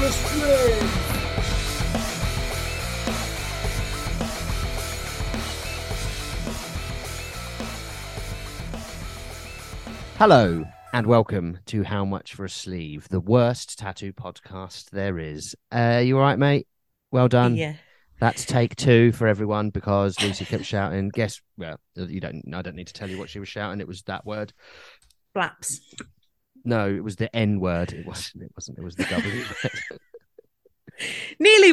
Wrestling! Hello and welcome to How Much for a Sleeve, the worst tattoo podcast there is. Uh, you all right, mate? Well done. Yeah. That's take two for everyone because Lucy kept shouting. Guess well, uh, you don't. I don't need to tell you what she was shouting. It was that word. Flaps. No, it was the N word. It wasn't. It wasn't. It was the W. word. Nearly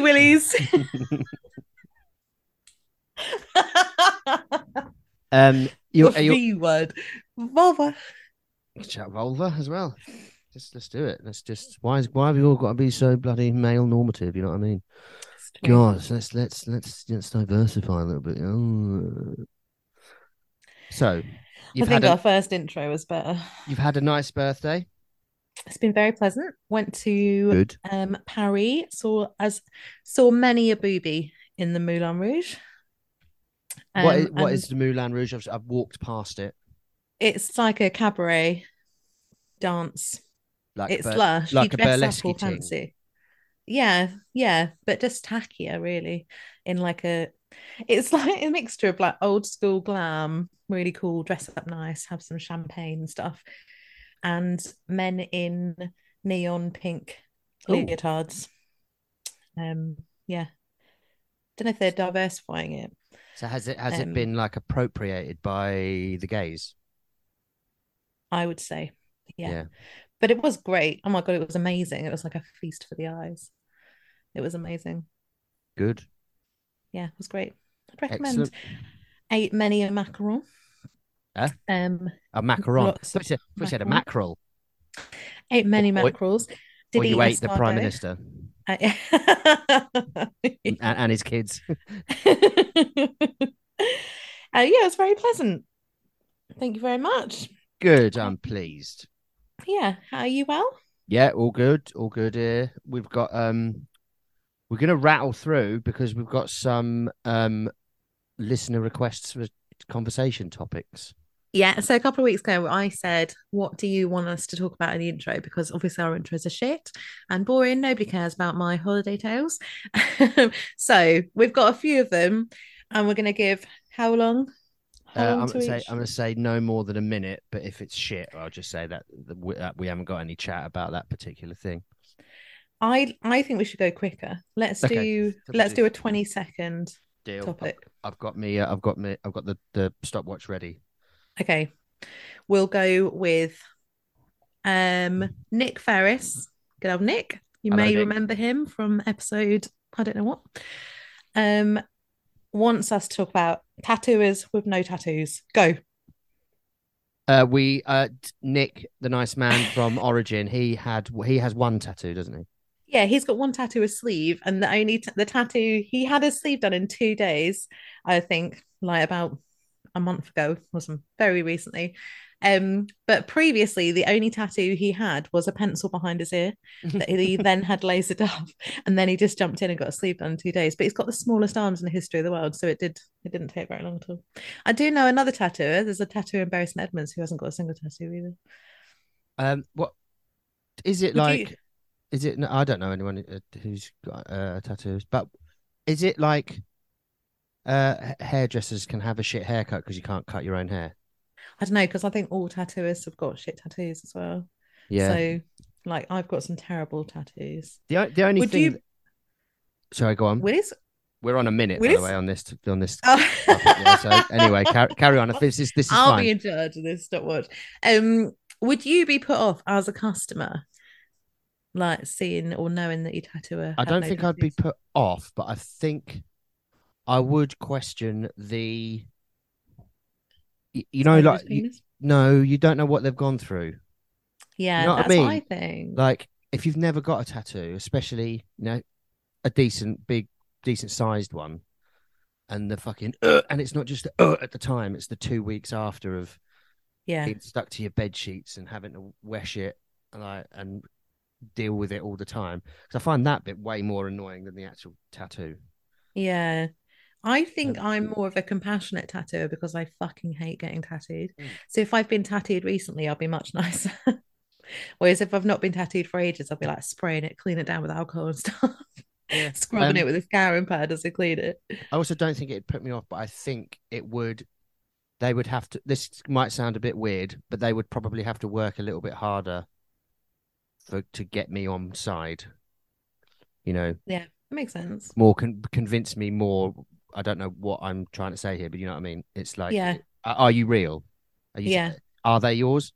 Willies. Um, you Your are you V word. Vulva. chat vulva as well. Just let's do it. Let's just why is why have you all got to be so bloody male normative? You know what I mean? God, let's let's let's let's diversify a little bit. Oh. So, I you've had think a, our first intro was better. you've had a nice birthday. It's been very pleasant. Went to Good. um Paris, saw as saw many a booby in the Moulin Rouge. what Um, is, what and is the Moulin Rouge? I've, I've walked past it. it's like a cabaret dance. Like It's bur- lush. You like a dress up burlesque all thing. fancy. Yeah, yeah, but just tackier, really. In like a, it's like a mixture of like old school glam, really cool, dress up nice, have some champagne and stuff, and men in neon pink Ooh. leotards. Um, yeah. Don't know if they're diversifying it. So has it has Um, it been like appropriated by the gays? I would say, yeah. But it was great. Oh my God, it was amazing. It was like a feast for the eyes. It was amazing. Good. yeah, it was great. I'd recommend. Excellent. Ate many a macaron. Eh? Um, A macaron. Lots We said, we said a macaron. mackerel. ate many Or- or- mackerels. Did Or you eat ate the prime escargot. Uh, minister I- and, and his kids. Uh, yeah, it was very pleasant. Thank you very much. Good. I'm pleased. Yeah, how are you? Well, Yeah, all good, all good here. We've got um we're gonna rattle through because we've got some um listener requests for conversation topics. yeah. So a couple of weeks ago, I said, "What do you want us to talk about in the intro?" Because obviously our intros are shit and boring. Nobody cares about my holiday tales. so we've got a few of them, and we're going to give how long? How Uh, long I'm to gonna say each? I'm gonna say no more than a minute, but if it's shit, I'll just say that that we, that we haven't got any chat about that particular thing. I I think we should go quicker. Let's Okay, do so we'll let's do do a 20 second Deal. I've- topic. I've, got me. Uh, I've got me. I've got the the stopwatch ready. Okay. We'll go with um Nick Ferris. Good old Nick. You Hello, may Nick. remember him from episode I don't know what. Um wants us to talk about tattooers with no tattoos. Go. Uh, we uh t- Nick, the nice man from Origin. He had he has one tattoo, doesn't he? Yeah, he's got one tattoo, a sleeve, and the only t- the tattoo he had his sleeve done in two days, I think, like about a month ago or some very recently. Um, but previously, the only tattoo he had was a pencil behind his ear that he then had lasered up, and then he just jumped in and got a sleeve done in two days. But he's got the smallest arms in the history of the world, so it did it didn't take very long at all. I do know another tattooer. There's a tattooer in Bury St Edmunds who hasn't got a single tattoo either. Um, what is it Would you- like? Is it? No, I don't know anyone uh, who's got uh, tattoos, but is it like uh, h- hairdressers can have a shit haircut because you can't cut your own hair? I don't know because I think all tattooers have got shit tattoos as well. Yeah. So, like, I've got some terrible tattoos. the o- the only Would thing. you- th- Sorry, go on. Willis? We're on a minute, by Willis- the way, on this on this. Oh. topic here, so anyway, car- carry on. If This is this is I'll fine. be in charge of this stopwatch. Um, would you be put off as a customer, like seeing or knowing that your tattooer? I had don't no think I'd be tattoos? put off, but I think I would question the. y- You know, Size of like his you- penis? no, you don't know what they've gone through. yeah, know what I that's what mean? I think. like if you've never got a tattoo especially you know a decent big decent sized one and the fucking "Ugh," and it's not just the, "Ugh" at the time it's the two weeks after of yeah, being stuck to your bed sheets and having to wesh it like and deal with it all the time because i find that bit way more annoying than the actual tattoo yeah. I think I'm more of a compassionate tattooer because I fucking hate getting tattooed. Mm. So if I've been tattooed recently, I'll be much nicer. Whereas if I've not been tattooed for ages, I'll be like spraying it, clean it down with alcohol and stuff, scrubbing Um, it with a scouring pad as I clean it. I also don't think it'd put me off, but I think it would. They would have to. This might sound a bit weird, but they would probably have to work a little bit harder for to get me on side. You know, Makes sense. more con- convince me more. I don't know what I'm trying to say here, but you know what I mean. It's like, yeah, are, are you real? Are you, Yeah. Are they yours?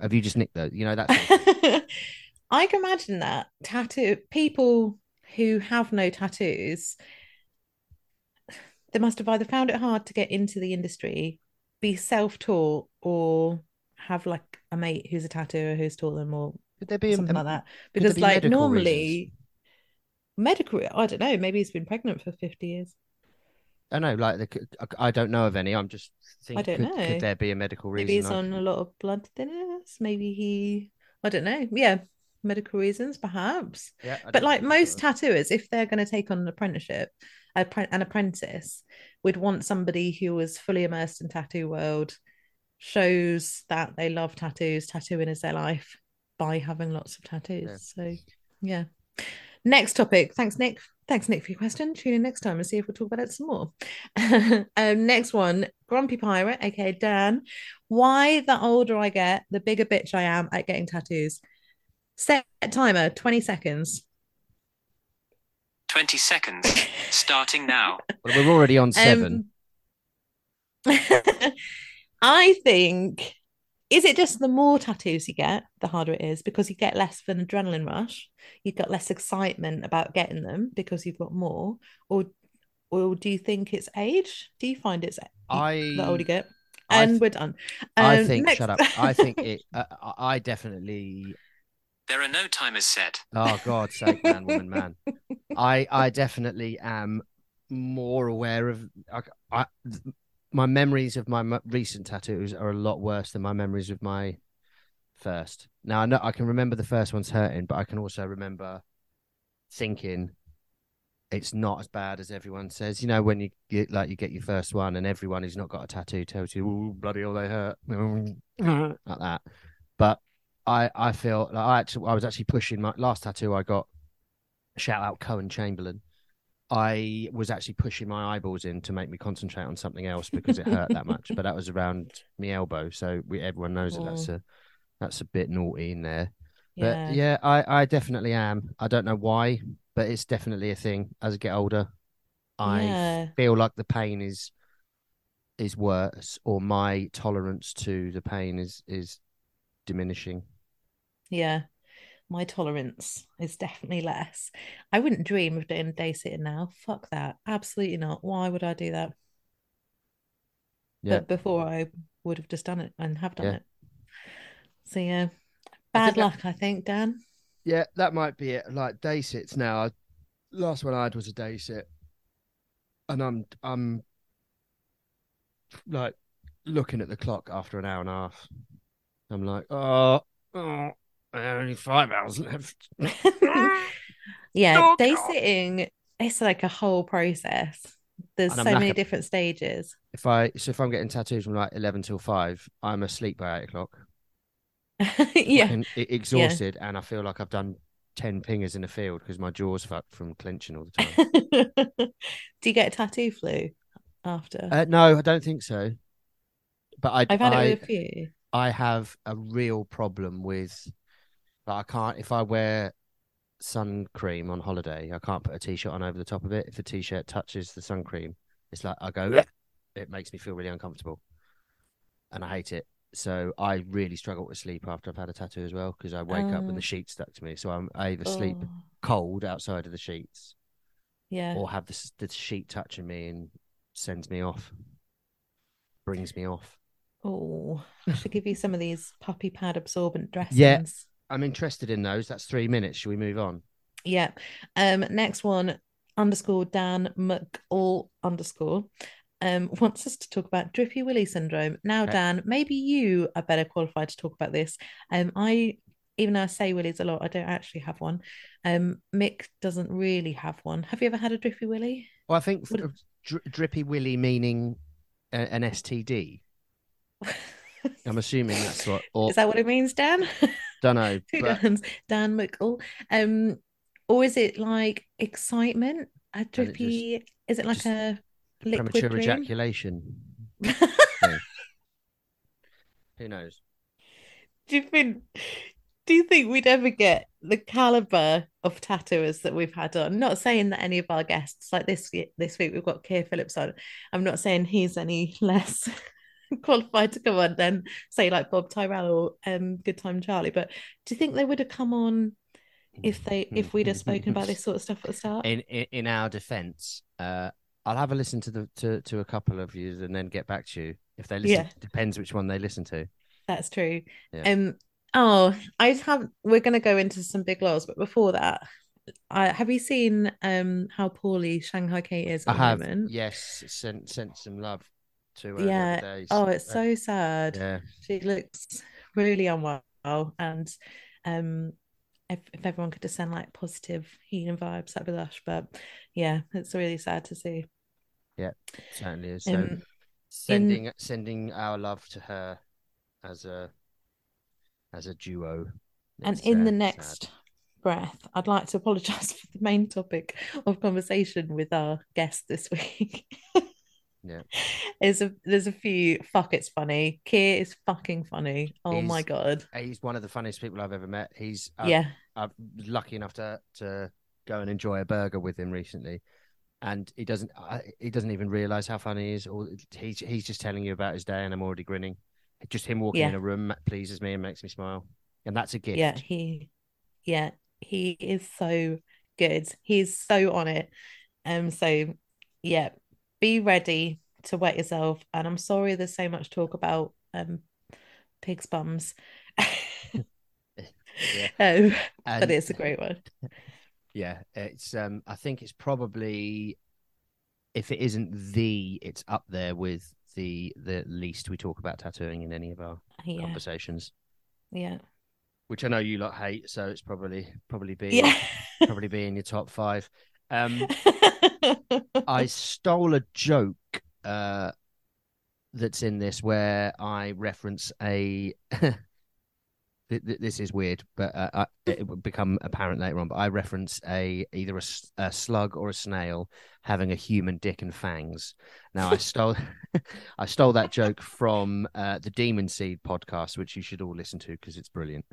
Have you just nicked those? You know that. sort of- I can imagine that tattoo people who have no tattoos, they must have either found it hard to get into the industry, be self-taught, or have like a mate who's a tattooer who's taught them or Could there be a- something like that. there Because be like medical reasons? normally medical, I don't know, maybe he's been pregnant for 50 years. I don't know. Like, the, c- I don't know of any. I'm just. Thinking, I don't could, know. Could there be a medical reason? Maybe he's I- on a lot of blood thinners. Maybe he, I don't know. Yeah, medical reasons, perhaps. Yeah, I But don't like know. most tattooers, if they're going to take on an apprenticeship, a pre- an apprentice would want somebody who was fully immersed in tattoo world, shows that they love tattoos, tattooing is their life by having lots of tattoos. So yeah. Next topic. Thanks, Nick. Thanks, Nick, for your question. Tune in next time and see if we'll talk about it some more. um, next one, Grumpy Pirate, aka Dan. Why the older I get, the bigger bitch I am at getting tattoos. Set timer, 20 seconds. 20 seconds. Starting now. Well, we're already on seven. Um, I think is it just the more tattoos you get, the harder it is because you get less of an adrenaline rush, you've got less excitement about getting them because you've got more, or or do you think it's age? Do you find it's I the older you get? Mm, I And th- we're done. I Um, think next- shut up. I think it. Uh, I- I definitely. There are no timers set. Oh God, sake, man, woman, man. I I definitely am more aware of. I, I th- my memories of my m- recent tattoos are a lot worse than my memories of my first. Now I know I can remember the first one's hurting, but I can also remember thinking it's not as bad as everyone says. You know, when you get like you get your first one, and everyone who's not got a tattoo tells you, "Ooh, bloody hell, they hurt," like that. But I I feel like I actually I was actually pushing my last tattoo I got. Shout out Cohen Chamberlain. I was actually pushing my eyeballs in to make me concentrate on something else because it hurt that much. But that was around my elbow, so we everyone knows that that's a that's a bit naughty in there. But yeah, I, I definitely am. I don't know why, but it's definitely a thing. As I get older, I Yeah. feel like the pain is is worse, or my tolerance to the pain is is diminishing. Yeah. My tolerance is definitely less. I wouldn't dream of doing day sitting now. Fuck that. Absolutely not. Why would I do that? Yeah. But before I would have just done it and have done Yeah. it. So yeah. Bad think I- luck, I think, Dan. Yeah, that might be it. Like day sits now. I, last one I had was a day sit, and I'm I'm like looking at the clock after an hour and a half. I'm like, oh, oh there are only five hours left. Yeah, day sitting, it's like a whole process. There's And I'm so many knackered. different stages. If I so if I'm getting tattoos from like eleven till five, I'm asleep by eight o'clock. Yeah. fucking e- exhausted, and I feel like I've done ten pingers in the field because my jaw's fucked from clenching all the time. Do you get tattoo flu after? uh, no, I don't think so. But I, I've had I, it with a few. I have a real problem with like I can't if I wear sun cream on holiday, I can't put a t-shirt on over the top of it. If a t-shirt touches the sun cream, it's like I go it makes me feel really uncomfortable. And I hate it. So I really struggle to sleep after I've had a tattoo as well because I wake up with Oh. the sheet stuck to me. So I'm I either sleep Oh, cold outside of the sheets yeah. or have the, s- the sheet touching me and sends me off. Brings me off. Oh, I should give you some of these puppy pad absorbent Yeah. dressings. I'm interested in those. That's three minutes. Should we move on? Yeah. Um, next one, underscore Dan McAll underscore. Um, wants us to talk about drippy willy syndrome. Now, Okay. Dan, maybe you are better qualified to talk about this. Um, I even though I say willies a lot, I don't actually have one. Um, Mick doesn't really have one. Have you ever had a drippy willy? Well, I think Would- f- dri- drippy willy meaning a- an STD. I'm assuming that's what. Or Is that what it means, Dan? Don't know. Who dance? Dan McCall. Um, or is it like excitement? A drippy? is it like just a liquid Premature dream? ejaculation. Who knows? do you think? Do you think we'd ever get the caliber of tattooers that we've had on? Not saying that any of our guests, like this ye- this week, we've got Keir Phillips on. I'm not saying he's any less qualified to come on than say like Bob Tyrell or um, Good Time Charlie. But do you think they would have come on if they Mm-hmm. if we'd have spoken about this sort of stuff at the start? Hmm. in in, in our defense, uh, I'll have a listen to the to, to a couple of you and then get back to you. If they listen, Yeah. depends which one they listen to. That's true. Yeah. Um. Oh, I have. We're going to go into some big laws, but before that, I have you seen um how poorly Shanghai Kate is I at the have moment? yes sent sent some love to her Yeah. the other day. Oh, it's Uh, so sad. yeah. She looks really unwell, and um, if if everyone could just send like positive healing vibes, that'd be lush. But yeah, it's really sad to see. certainly is. So Um, sending sending our love to her as a as a duo. And It's, in uh, the sad. next breath, I'd like to apologize for the main topic of conversation with our guest this week. Yeah. There's a there's a few fuck it's funny. Keir is fucking funny. Oh my He's- god. he's one of the funniest people I've ever met. He's uh, Yeah. I'm lucky enough to to go and enjoy a burger with him recently, and he doesn't I- he doesn't even realize how funny he is. Or he's he's just telling you about his day, and I'm already grinning. Just him walking in Yeah. a room ma- pleases me and makes me smile, and that's a gift. Yeah, he yeah, he is so good. He's so on it. Um so yeah, be ready to wet yourself. And I'm sorry there's so much talk about um pigs' bums. Um, but And- it's a great one. Yeah, it's um I think it's probably if it isn't the, it's up there with the the least we talk about tattooing in any of our Yeah, conversations. yeah, Which I know you lot hate, so it's probably probably be yeah. probably be in your top five. Um I stole a joke uh, that's in this where I reference a. th- th- this is weird, but uh, I, it will become apparent later on. But I reference a either a, s- a slug or a snail having a human dick and fangs. Now I stole, I stole that joke from uh, the Demon Seed podcast, which you should all listen to because it's brilliant.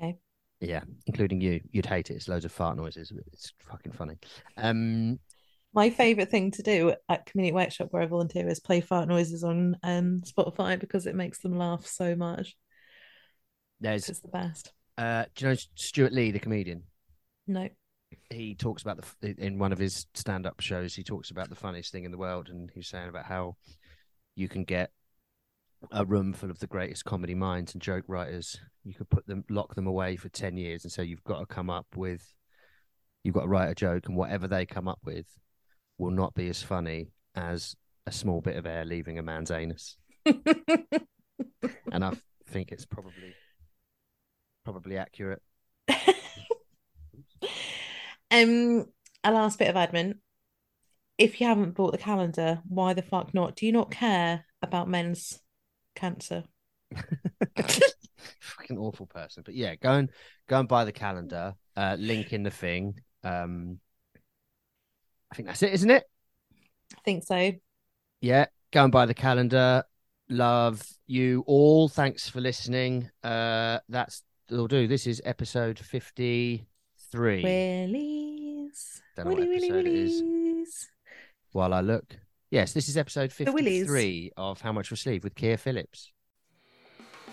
Okay. Yeah, including you. You'd hate it. It's loads of fart noises. It's fucking funny. Um, My favorite thing to do at community workshop where I volunteer is play fart noises on um Spotify because it makes them laugh so much. there's It's the best. Uh, do you know Stuart Lee, the comedian? No, He talks about the f- in one of his stand-up shows. He talks about the funniest thing in the world, and he's saying about how you can get a room full of the greatest comedy minds and joke writers. You could put them, lock them away for ten years, and so you've got to come up with, you've got to write a joke, and whatever they come up with will not be as funny as a small bit of air leaving a man's anus. And I think it's probably probably accurate. um, a last bit of admin. If you haven't bought the calendar, why the fuck not? Do you not care about men's cancer? fucking awful person. But yeah, go and go and buy the calendar. Uh, link in the thing. Um, I think that's it, isn't it? I think so. Yeah, go and buy the calendar. Love you all. Thanks for listening. Uh, that's will do. This is episode fifty-three. Willies, Don't know what willy, willy, episode it is. willies. While I look, yes, this is episode The willies. fifty-three of How Much We Sleep with Keir Phillips.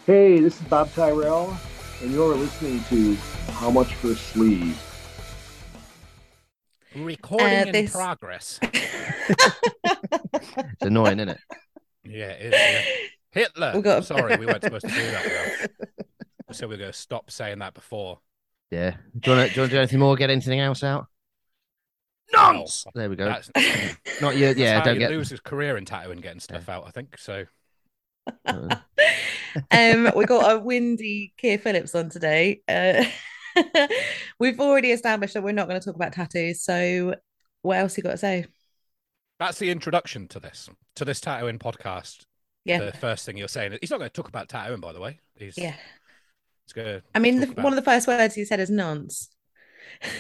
Hey, this is Bob Tyrell, and you're listening to How Much for Sleeve. Recording Uh, in this- progress. It's annoying, isn't it? Yeah, it is, yeah. Hitler. We got- Sorry, we weren't supposed to do that. Though. So we're going to stop saying that before. Yeah. Do you want to do, you wanna do anything more? Get anything else out? Nonce. There we go. Oh, That's, Not yet. that's Yeah, how don't you get. lose his career in tattooing, getting stuff out. I think so. Uh, um, we got a windy Keir Phillips on today. Uh, we've already established that we're not going to talk about tattoos. So, what else you got to say? That's the introduction to this to this tattooing podcast. Yeah, The first thing you're saying is he's not going to talk about tattooing, by the way. He's yeah, It's good. I mean, the, Talk about one of the first words he said is nonce.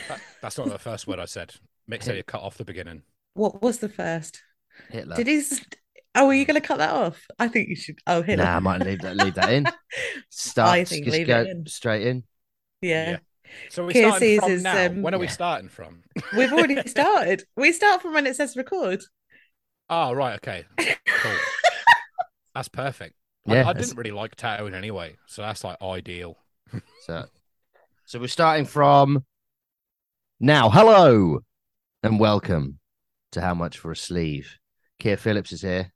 That, that's not the first word I said. Mick said you cut off the beginning. What was the first? Hitler. Did he? s- Oh, are Mm. you going to cut that off? I think you should. Oh, Hitler. Nah, I might leave that leave that in. Start. I think just leave go it in. straight in. Yeah. Yeah. So we Keir starting from Caesar's, now. um, when are we Yeah. starting from? We've already started. We start from when it says record. Oh right, okay, cool. that's perfect. Yeah, I, I that's- didn't really like tattooing anyway, so that's like ideal. So, so we're starting from now. Hello and welcome to How Much for a Sleeve. Keir Phillips is here.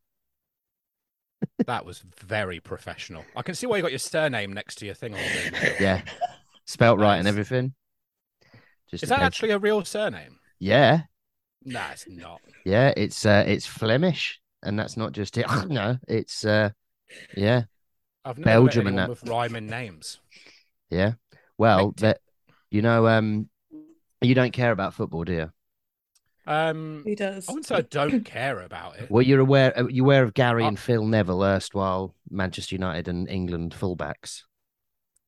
That was very professional. I can see why you got your surname next to your thing. On there. Yeah, spelt right and Nice. everything. Just in Is that case- actually a real surname? Yeah, No, it's not. yeah. It's uh, it's Flemish, and that's not just it. Oh, no, it's uh, yeah, I've never Belgium met and anyone that. with rhyming names. yeah. Well, Hectic. that you know, um, you don't care about football, do you? Um, He does. I wouldn't say I don't care about it. Well, you're aware uh, you're aware of Gary Uh, and Phil Neville, erstwhile Manchester United and England fullbacks.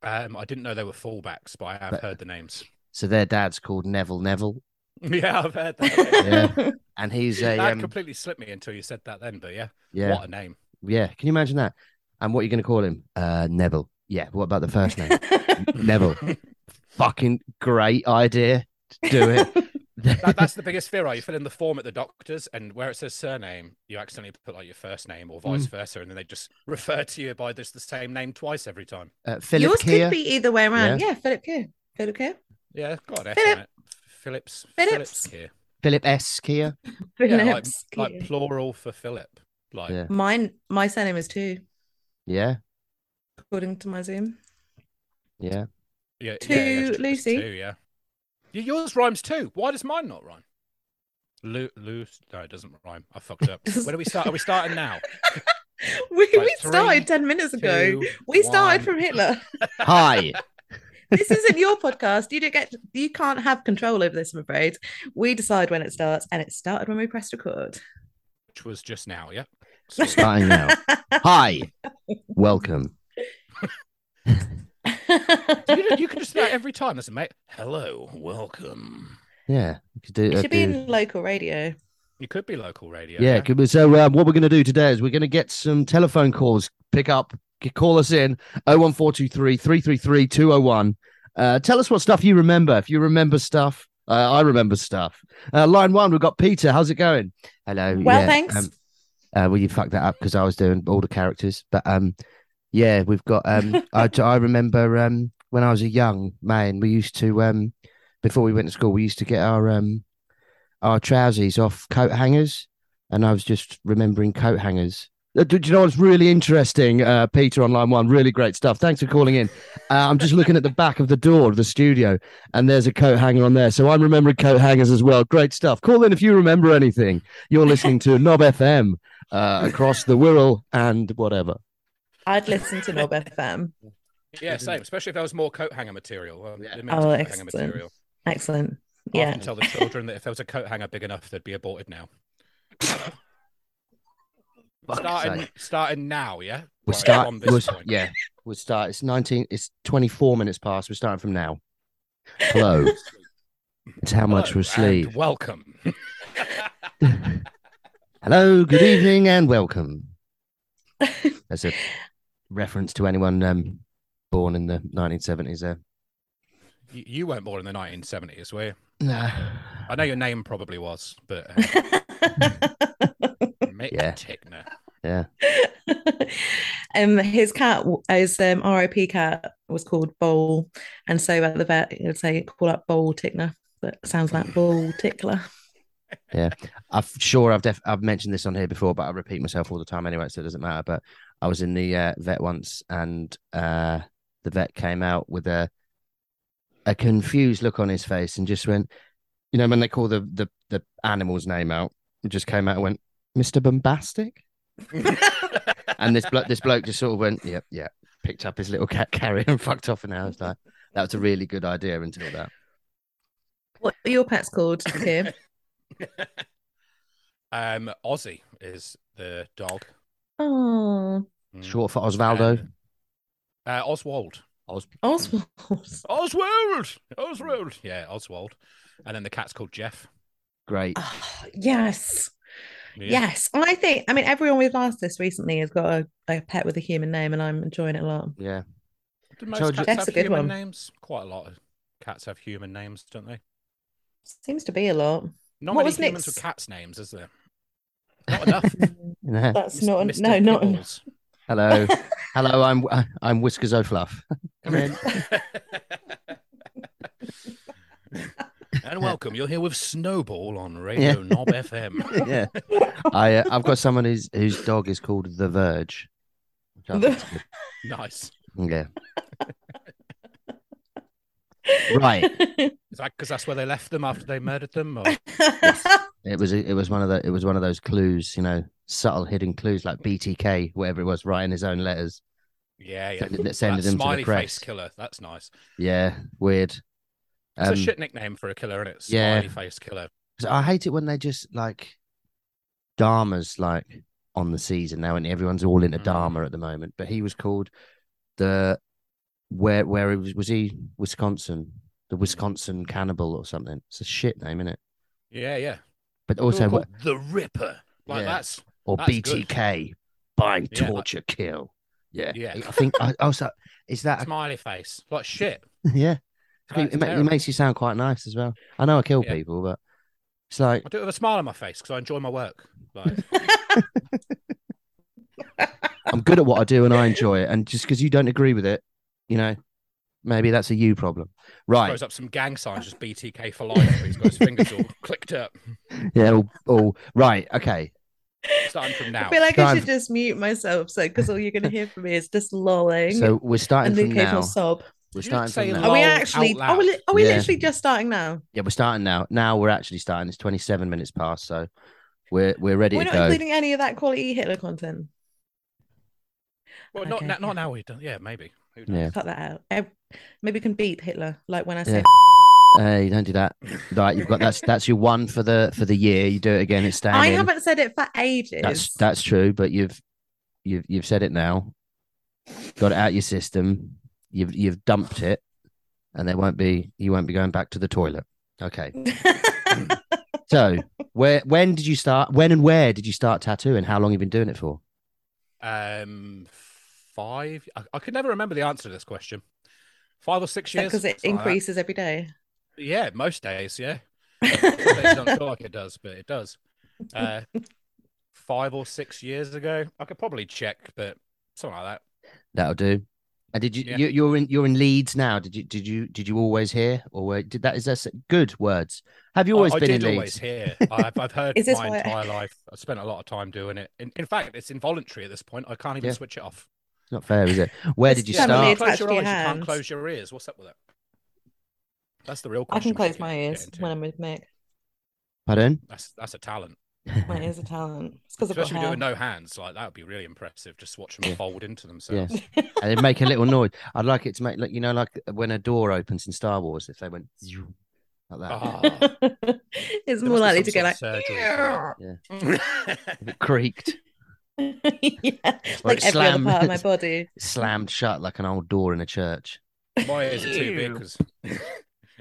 Um, I didn't know they were fullbacks, but I have But- heard the names. So their dad's called Neville Neville, yeah, I've heard that. Yeah. and he's a that um, completely slipped me until you said that then, but yeah, yeah, what a name. yeah. Can you imagine that? And what are you going to call him? Uh, Neville. Yeah. What about the first name? Neville. Fucking great idea. Do it. that, that's the biggest fear, right? You fill in the form at the doctor's, and where it says surname, you accidentally put like your first name or Mm. vice versa, and then they just refer to you by this the same name twice every time. Uh, Philip Yours Keir. could be either way around. Yeah, Philip Keir. Philip Keir. Yeah, got an F Philip. on it. Phillips. Phillips. here. Philip S. Keir. Yeah, like, Phillips like Keir. plural for Philip. Like, Yeah. Mine, my surname is two, Yeah. according to my Zoom. Yeah. yeah, To it's just Lucy. two, yeah. Y- Yours rhymes too. Why does mine not rhyme? Lu- loose. No, it doesn't rhyme. I fucked up. Where do we start? Are we starting now? We, we Right, started three, 10 minutes ago. Two, we started one. from Hitler. Hi. this isn't your podcast. You don't get you can't have control over this, I'm afraid. We decide when it starts, and it started when we pressed record. Which was just now, yeah. So, Starting now. Hi. Welcome. you, you can just do that every time. That's mate. Hello, welcome. Yeah. You could do, it uh, should be do- in local radio. You could be local radio. Yeah. could be- So um, what we're going to do today is we're going to get some telephone calls. Pick up, c- call us in 01423 333 201. Uh, tell us what stuff you remember. If you remember stuff, uh, I remember stuff. Uh, line one, we've got Peter. How's it going? Hello. Well, yeah, thanks. um, uh, well, you fucked that up because I was doing all the characters. But um, yeah, we've got. Um, I, I remember um, when I was a young man, we used to um, before we went to school, we used to get our um, our trousers off coat hangers, and I was just remembering coat hangers. Uh, Do, do you know what's really interesting, uh, Peter? On line one, really great stuff. Thanks for calling in. Uh, I'm just looking at the back of the door of the studio, and there's a coat hanger on there. So I'm remembering coat hangers as well. Great stuff. Call in if you remember anything. You're listening to Knob FM uh, across the Wirral and whatever. I'd listen to Mob FM. Yeah, same. Especially if there was more coat hanger material. Um, Yeah. the amount Oh, of coat hanger excellent. material. Excellent. I Yeah. often tell the children that if there was a coat hanger big enough, they'd be aborted now. Fuck's starting, sake. starting now, yeah. We'll Right, start. from this we'll- point. yeah, we'll start. It's nineteen. It's twenty-four minutes past. We're starting from now. Hello. it's how much Hello, we're and sleeve. Welcome. Hello. Good evening and welcome. As a reference to anyone um, born in the nineteen seventies. There. you, you weren't born in the 1970s, were you? Nah. I know your name probably was, but uh, Mick Yeah. Tickner. um, his cat, his um, RIP cat, was called Bowl, and so at the vet, he'd say, "Call up Bowl Tickler." That sounds like Bowl Tickler. I'm sure I've def- I've mentioned this on here before, but I repeat myself all the time anyway, so it doesn't matter. But I was in the uh, vet once, and uh, the vet came out with a a confused look on his face and just went, you know, when they call the the the animal's name out, it just came out and went, Mister Bombastic, and this bloke this bloke just sort of went, yep, yeah, picked up his little cat carrier and fucked off, and I was like, that was a really good idea until that. What are your pets called, Tim? um, Ozzy is the dog. Oh, Mm. Short for Osvaldo, Um, uh, Oswald. Os- Oswald. Oswald, Oswald. Yeah, Oswald. And then the cat's called Jeff. Great. Oh, yes. Yeah. Yes. And I think, I mean, everyone we've asked this recently has got a, a pet with a human name, and I'm enjoying it a lot. Yeah. Do most So cats Jeff's have a good one. human names? Quite a lot of cats have human names, don't they? Seems to be a lot. Not What many was humans Nick's? with cats' names, is there? Not enough. Yeah. That's Mis- not, Mr. no, not. Kibbles. Hello. Hello, I'm I'm Whiskers O'Fluff. Come in. and welcome. You're here with Snowball on Radio Knob FM. yeah. I uh, I've got someone whose whose dog is called The Verge. which I The- think's good. Nice. Yeah. Right. Is that because that's where they left them after they murdered them? Or... It was a- it was one of the it was one of those clues, you know, subtle hidden clues like BTK, whatever it was, writing his own letters. Yeah, yeah. Send it- send That them to the smiley press. face killer. That's nice. Yeah, weird. It's Um, a shit nickname for a killer, isn't it? yeah. Smiley face killer. 'cause I hate it when they just like Dharma's like on the season now, and everyone's all into Mm. Dharma at the moment. But he was called the where where he was was he Wisconsin, the Wisconsin cannibal or something. It's a shit name, isn't it? Yeah, yeah. But They were also called the Ripper. Like Yeah. that's or That's good. BTK, bind, Yeah, like- torture, kill. Yeah, Yeah. I think I also is that smiley face. Like shit. yeah. That's it, ma- it terrible. makes you sound quite nice as well. I know I kill Yeah. people, but it's like I do it with a smile on my face because I enjoy my work. Like, I'm good at what I do and I enjoy it. And just because you don't agree with it, you know, maybe that's a you problem, right? throws up some gang signs, just BTK for life. but He's got his fingers all clicked up. Yeah, all, all right, okay. Starting from I now. feel like I Time- should just mute myself so because all you're going to hear from me is just lolling So we're starting and the from occasional now. sob. We're You didn't starting say from Are now. lol we out actually? Are we, loud. li- are we Yeah. literally just starting now? Yeah, we're starting now. Now we're actually starting. It's 27 minutes past, so we're we're ready We're to not go. including any of that quality Hitler content. well, not, Okay, not, yeah. not now. We don't. Yeah, maybe. Who knows? Yeah. Cut that out. Eh, Maybe we can beat Hitler, like when I say. Yeah. Hey, don't do that. Right, you've got that's that's your one for the for the year. You do it again. It's staying. I in. haven't said it for ages. That's that's true, but you've you've you've said it now. Got it out your system. You've you've dumped it, and there won't be you won't be going back to the toilet. Okay. So where when did you start? When and where did you start tattooing? How long you been doing it for? Um, five. I, I could never remember the answer to this question. Five or six years. because it something like that. increases every day. Yeah, most days. Yeah, Some days don't feel like it does, but it does. Uh, five or six years ago, I could probably check, but something like that. That'll do. And did you, Yeah. you you're in you're in Leeds now? Did you did you did you always hear or were, did that is that s- good words? Have you always I, I been did in always Leeds? hear. I've, I've heard Is this my why- entire life. I spent a lot of time doing it. In, in fact, it's involuntary at this point. I can't even Yeah. switch it off. It's Not fair, is it? Where It's did you Yeah, Family start? you attached close your to eyes. your You can't hands. close your ears. What's up with that? That's the real I question. can we should close get- my get ears into. when I'm with Mick. Pardon? That's that's a talent. My ears are talent. It's because I've got Especially hair. doing no hands, like that would be really impressive. Just watch them Yeah. fold into themselves. and they make a little noise. I'd like it to make like you know, like when a door opens in Star Wars, if they went zoom, like that, Ah, it's There more likely must be some to go like, sort of surgery Mm. If it creaked, yeah, Or like it every slam. other part of my body. slammed shut like an old door in a church. my ears are too big Ew. because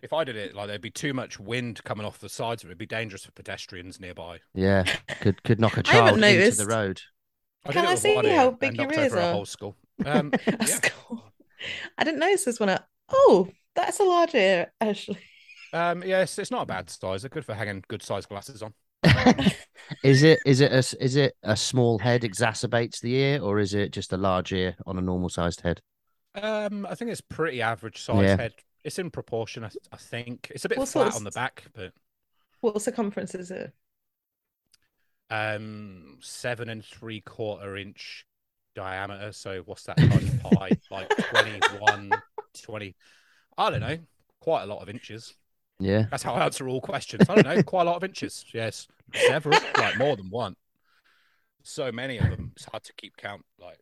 if I did it, like there'd be too much wind coming off the sides of it. It'd be dangerous for pedestrians nearby. Yeah, could could knock a I haven't child into the noticed. road. I Can did I it with see one how ear big and your knocked ears over a are? whole school. Um, I yeah. sco- I didn't notice this when I. Oh, that's a large ear, actually. Um, yes, it's not a bad size. They're good for hanging good sized glasses on. Is it is it a s- is it a small head exacerbates the ear, or is it just a large ear on a normal sized head? Um, I think it's pretty average size Yeah. head. It's in proportion, I, th- I think. It's a bit What sort flat of on the s- back, but What circumference is it? um, seven and three quarter inch diameter. So what's that times pi? Like 21, 20. I don't know. Quite a lot of inches. Yeah, That's how I answer all questions. I don't know. Quite a lot of inches. Yes, several, like more than one. So many of them. It's hard to keep count. Like.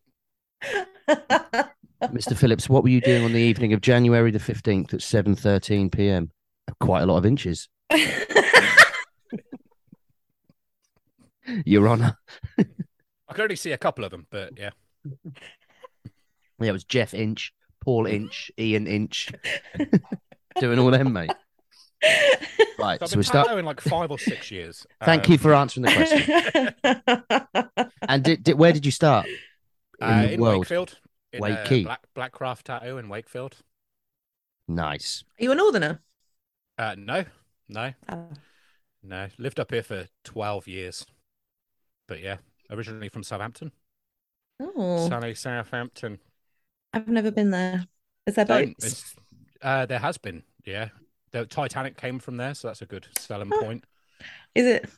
Mr. Phillips, what were you doing on the evening of January the fifteenth at seven thirteen p.m.? Quite a lot of inches, Your Honour. I could only see a couple of them, but yeah. Yeah, it was Jeff Inch, Paul Inch, Ian Inch, doing all them, mate. Right, So I've so been we start. tattooing like five or six years. Um, Thank you for answering the question. And did, did, where did you start? In uh, the in world. Wakefield, in uh, Wakey. Black Blackcraft tattoo in Wakefield. Nice. Are you a northerner? Uh, no, no, Oh. no. Lived up here for twelve years, but yeah, originally from Southampton, Oh, sunny Southampton. I've never been there. Is there Don't- boats? it's- Uh, there has been, yeah. The Titanic came from there, so that's a good selling Oh. point. Is it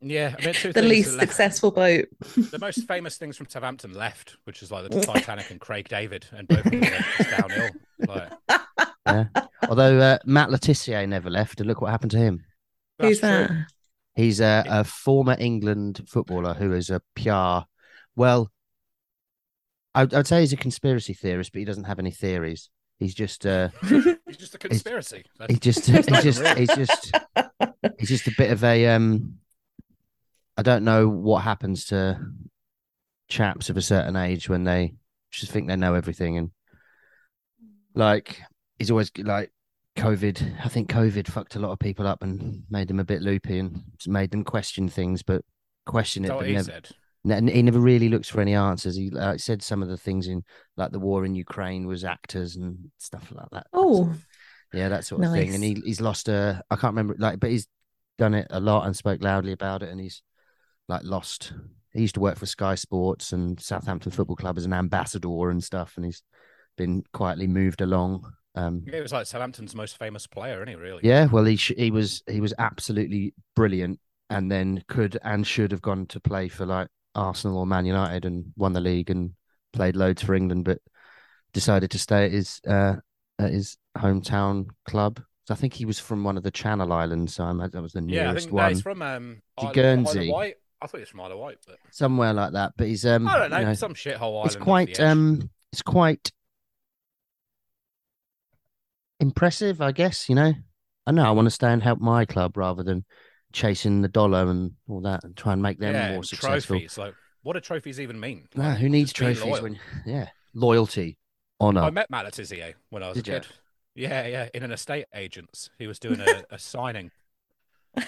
Yeah, I mean, two the things least that left- successful boat? the most famous things from Southampton left, which is like the Titanic and Craig David, and both of them went just downhill. Like, Although uh, Matt Letitia never left, and look what happened to him. Who's that? that's true. He's a, a former England footballer who is a PR. Well, I, I'd say he's a conspiracy theorist, but he doesn't have any theories. He's just, uh, It's just a conspiracy. he That's- just, he's It's not just, real. he's just, he's just a bit of a. Um, I don't know what happens to chaps of a certain age when they just think they know everything, and like he's always like COVID. I think COVID fucked a lot of people up and made them a bit loopy and made them question things, but question it, that's what but he never, said. Ne- and he never really looks for any answers. He like, said some of the things in like the war in Ukraine was actors and stuff like that. Oh, yeah, that sort of thing. And nice. he he's lost a I can't remember like, but he's done it a lot and spoke loudly about it. And he's like lost. He used to work for Sky Sports and Southampton Football Club as an ambassador and stuff. And he's been quietly moved along. Um, He was like Southampton's most famous player, isn't he? Really? yeah, well, he sh- he was he was absolutely brilliant, and then could and should have gone to play for like Arsenal or Man United and won the league and played loads for England, but decided to stay at his uh, at his hometown club. So I think he was from one of the Channel Islands, so I imagine that was the Yeah, I nearest think no, one, he's from um, Is it Isle, Isle Guernsey? of Wight. I thought he was from Isle of Wight, but somewhere like that. But he's um, I don't know, you know, some shithole island. it's off the quite edge. um, it's quite impressive, I guess. You know, I know I want to stay and help my club rather than chasing the dollar and all that, and try and make them yeah, more and successful. Trophies, like, what do trophies even mean? No, Like, who needs just being trophies loyal. when? Yeah, loyalty, honor. I met Matt Letizia when I was Did a ya? kid. Yeah, yeah, in an estate agent's. He was doing a, a signing.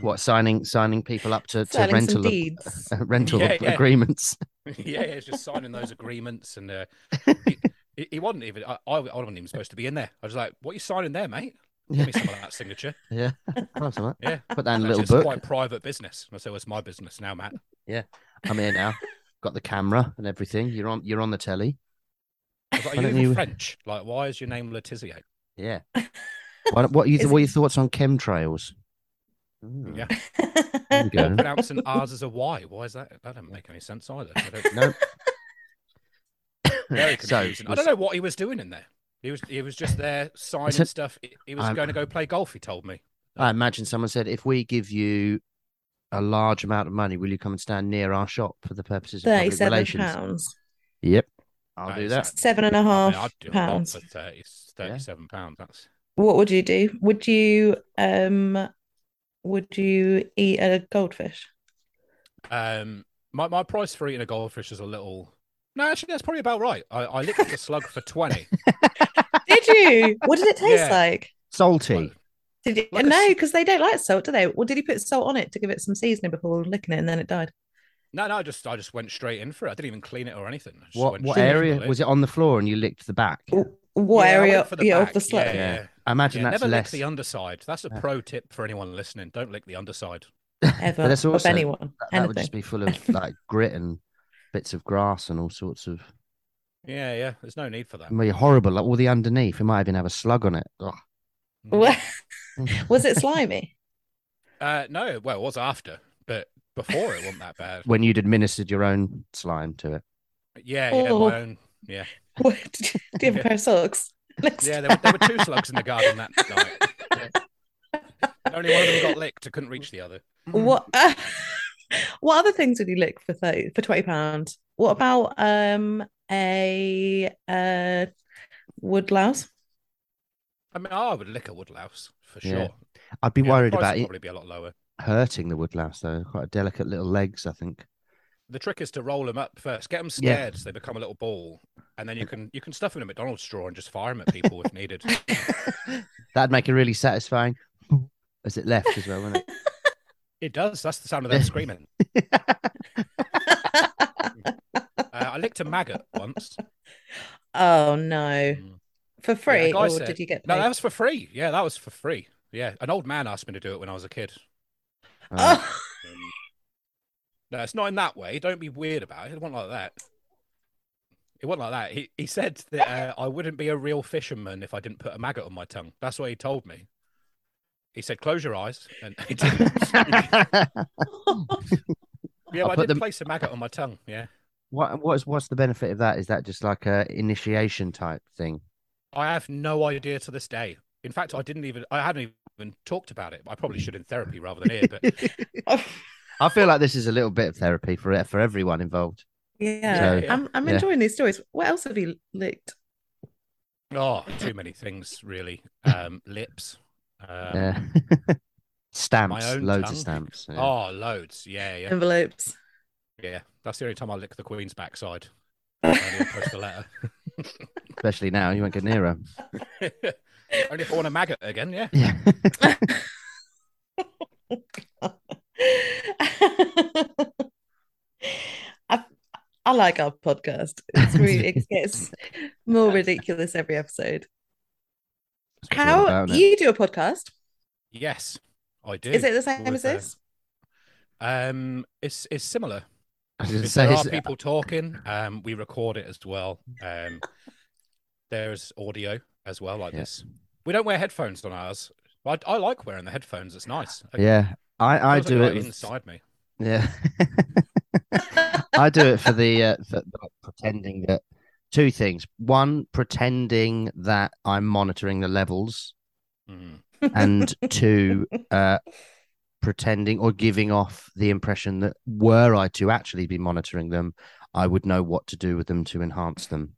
What signing signing people up to, to selling some rental ap- deeds. rental Yeah, ap- yeah. agreements. yeah, he was just signing those agreements, and uh, he, he- he wasn't even. I, I, I wasn't even supposed to be in there. I was like, "What are you signing there, mate? Give me some of that signature." yeah, close on Yeah, that. Put that in a Actually, little it's book. quite private business. And I said, well, "It's my business now, Matt." I'm here now. Got the camera and everything. You're on. You're on the telly. I was Why like, "Are you don't even you- French? Like, why is your name Letizia?" Yeah. what, what are you? Is what are your thoughts on chemtrails? Mm. Ooh. Yeah. There you Or go. pronouncing R's as a Y. Why is that? That doesn't make any sense either. I don't, No. very So, confusing. I don't know what he was doing in there. He was he was just there signing So- stuff. He- He was I'm- going to go play golf. He told me. I imagine someone said, if we give you a large amount of money, will you come and stand near our shop for the purposes of public Thirty-seven relations? pounds, Yep. I'll That do is that. seven and a I half mean, I'd do a lot pounds. for 30, 37 pounds. That's What would you do? Would you um, would you eat a goldfish? Um, my, my price for eating a goldfish is a little. No, actually, that's probably about right. I, I licked the slug for twenty. Did you? What did it taste Yeah. like? Salty. Did you, Like a no, s- because they don't like salt, do they? Well, did he put salt on it to give it some seasoning before licking it, and then it died? No, no, I just I just went straight in for it. I didn't even clean it or anything. I just What went what straight in area for was it on the floor and you licked the back? What Yeah, I area went for the yeah, of back. the slug? Yeah, Yeah. yeah. I imagine Yeah, that's never less. lick the underside. That's a Yeah. pro tip for anyone listening. Don't lick the underside. ever But that's of also- anyone, that, that would anything. just be full of like grit and bits of grass and all sorts of. Yeah, yeah. There's no need for that. It might be horrible. Like all the underneath, it might even have a slug on it. Ugh. Mm. Was it slimy? Uh, no, well, it was after, but before it wasn't that bad. When you'd administered your own slime to it. Yeah, yeah, Oh. my own. Yeah, What, did you do you have a pair of socks? Next yeah. There were, there were two slugs in the garden that night. Yeah. Only one of them got licked. I couldn't reach the other. What mm. what other things would you look for thirty for twenty pounds? What about um a uh wood louse? I mean, I would lick a woodlouse for Yeah. sure. I'd be Yeah, the worried price would about it Probably be a lot lower. hurting the woodlouse though. Quite delicate little legs, I think. The trick is to roll them up first. Get them Yeah. scared so they become a little ball, and then you can you can stuff in a McDonald's straw and just fire them at people if needed. That'd make a really satisfying as it left as well, wouldn't It does. That's the sound of them screaming. it? Uh, I licked a maggot once. Oh no. Mm. For free, guy or said- did you get No, paid? that was for free. Yeah, that was for free. Yeah, an old man asked me to do it when I was a kid. Uh, Oh, No, it's not in that way. Don't be weird about it. It wasn't like that. It wasn't like that. He he said that uh, I wouldn't be a real fisherman if I didn't put a maggot on my tongue. That's what he told me. He said, "Close your eyes." And he did. yeah, I but I put did them- place a maggot on my tongue. Yeah, what what's what's the benefit of that? Is that just like a initiation type thing? I have no idea to this day. In fact, I didn't even. I hadn't even talked about it. I probably should in therapy rather than here. But Oh. I feel like this is a little bit of therapy for for everyone involved. yeah. So- I'm I'm Yeah. enjoying these stories. What else have you licked? oh, too many things really. Um, lips. Um, yeah. stamps, own loads tongue? of stamps. yeah. Oh, loads. Yeah, yeah. Envelopes. Yeah, that's the only time I lick the Queen's backside. Only if I push the letter. Especially now, you won't get near 'em. only if I want a maggot again. Yeah, Yeah. I I like our podcast. It's really it gets more ridiculous every episode. That's what it's all How about, innit? you do a podcast? yes, I do. Is it the same as With, uh, this? Um, it's it's similar. I was gonna If say, there are is- people talking. Um, we record it as well. Um, there's audio as well, like Yeah. this. We don't wear headphones on ours. I, I like wearing the headphones. It's nice. yeah, I, I Feels like do they're it. with- inside me. Yeah, I do it for the uh, for like, pretending that two things. One, pretending that I'm monitoring the levels, Mm. and two, uh, pretending or giving off the impression that were I to actually be monitoring them, I would know what to do with them to enhance them.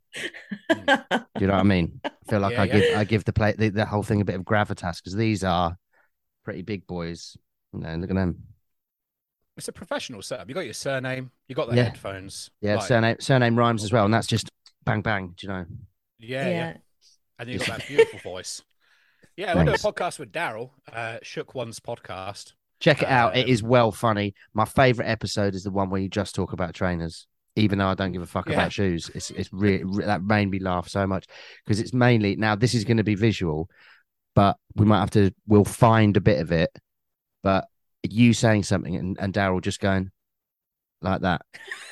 Do you know what I mean? I feel like Yeah, I yeah. give I give the play the, the whole thing a bit of gravitas because these are pretty big boys. You know, look at them. It's a professional setup. You got your surname. You got the Yeah. headphones. Yeah, like- surname surname rhymes as well, and that's just bang bang. Do you know? yeah, yeah. and you got that Just- beautiful voice. Yeah, I do a Thanks. podcast with Daryl, uh, Shook One's podcast. Check it out. It Um, is well funny. My favorite episode is the one where you just talk about trainers, even though I don't give a fuck Yeah. about shoes. It's it's really that made me laugh so much because it's mainly now this is going to be visual, but we might have to we'll find a bit of it. But you saying something and, and Daryl just going like that,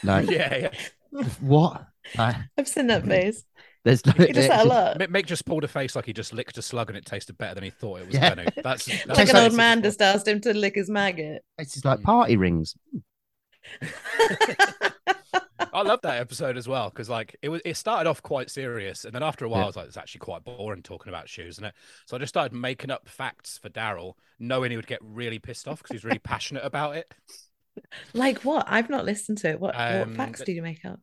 like yeah, yeah. what? Like, I've seen Mm-hmm. that face. there's no, You does that a lot. Mick, Mick just pulled a face like he just licked a slug and it tasted better than he thought it was Yeah. going to. That's, that's Like Like an so- basically old man what- just asked him to lick his maggot. It's just like party rings. I love that episode as well because like it was it started off quite serious and then after a while Yeah. I was like it's actually quite boring talking about shoes and it so I just started making up facts for Daryl knowing he would get really pissed off because he's really passionate about it. Like what? I've not listened to it. What, Um, what facts do you make up?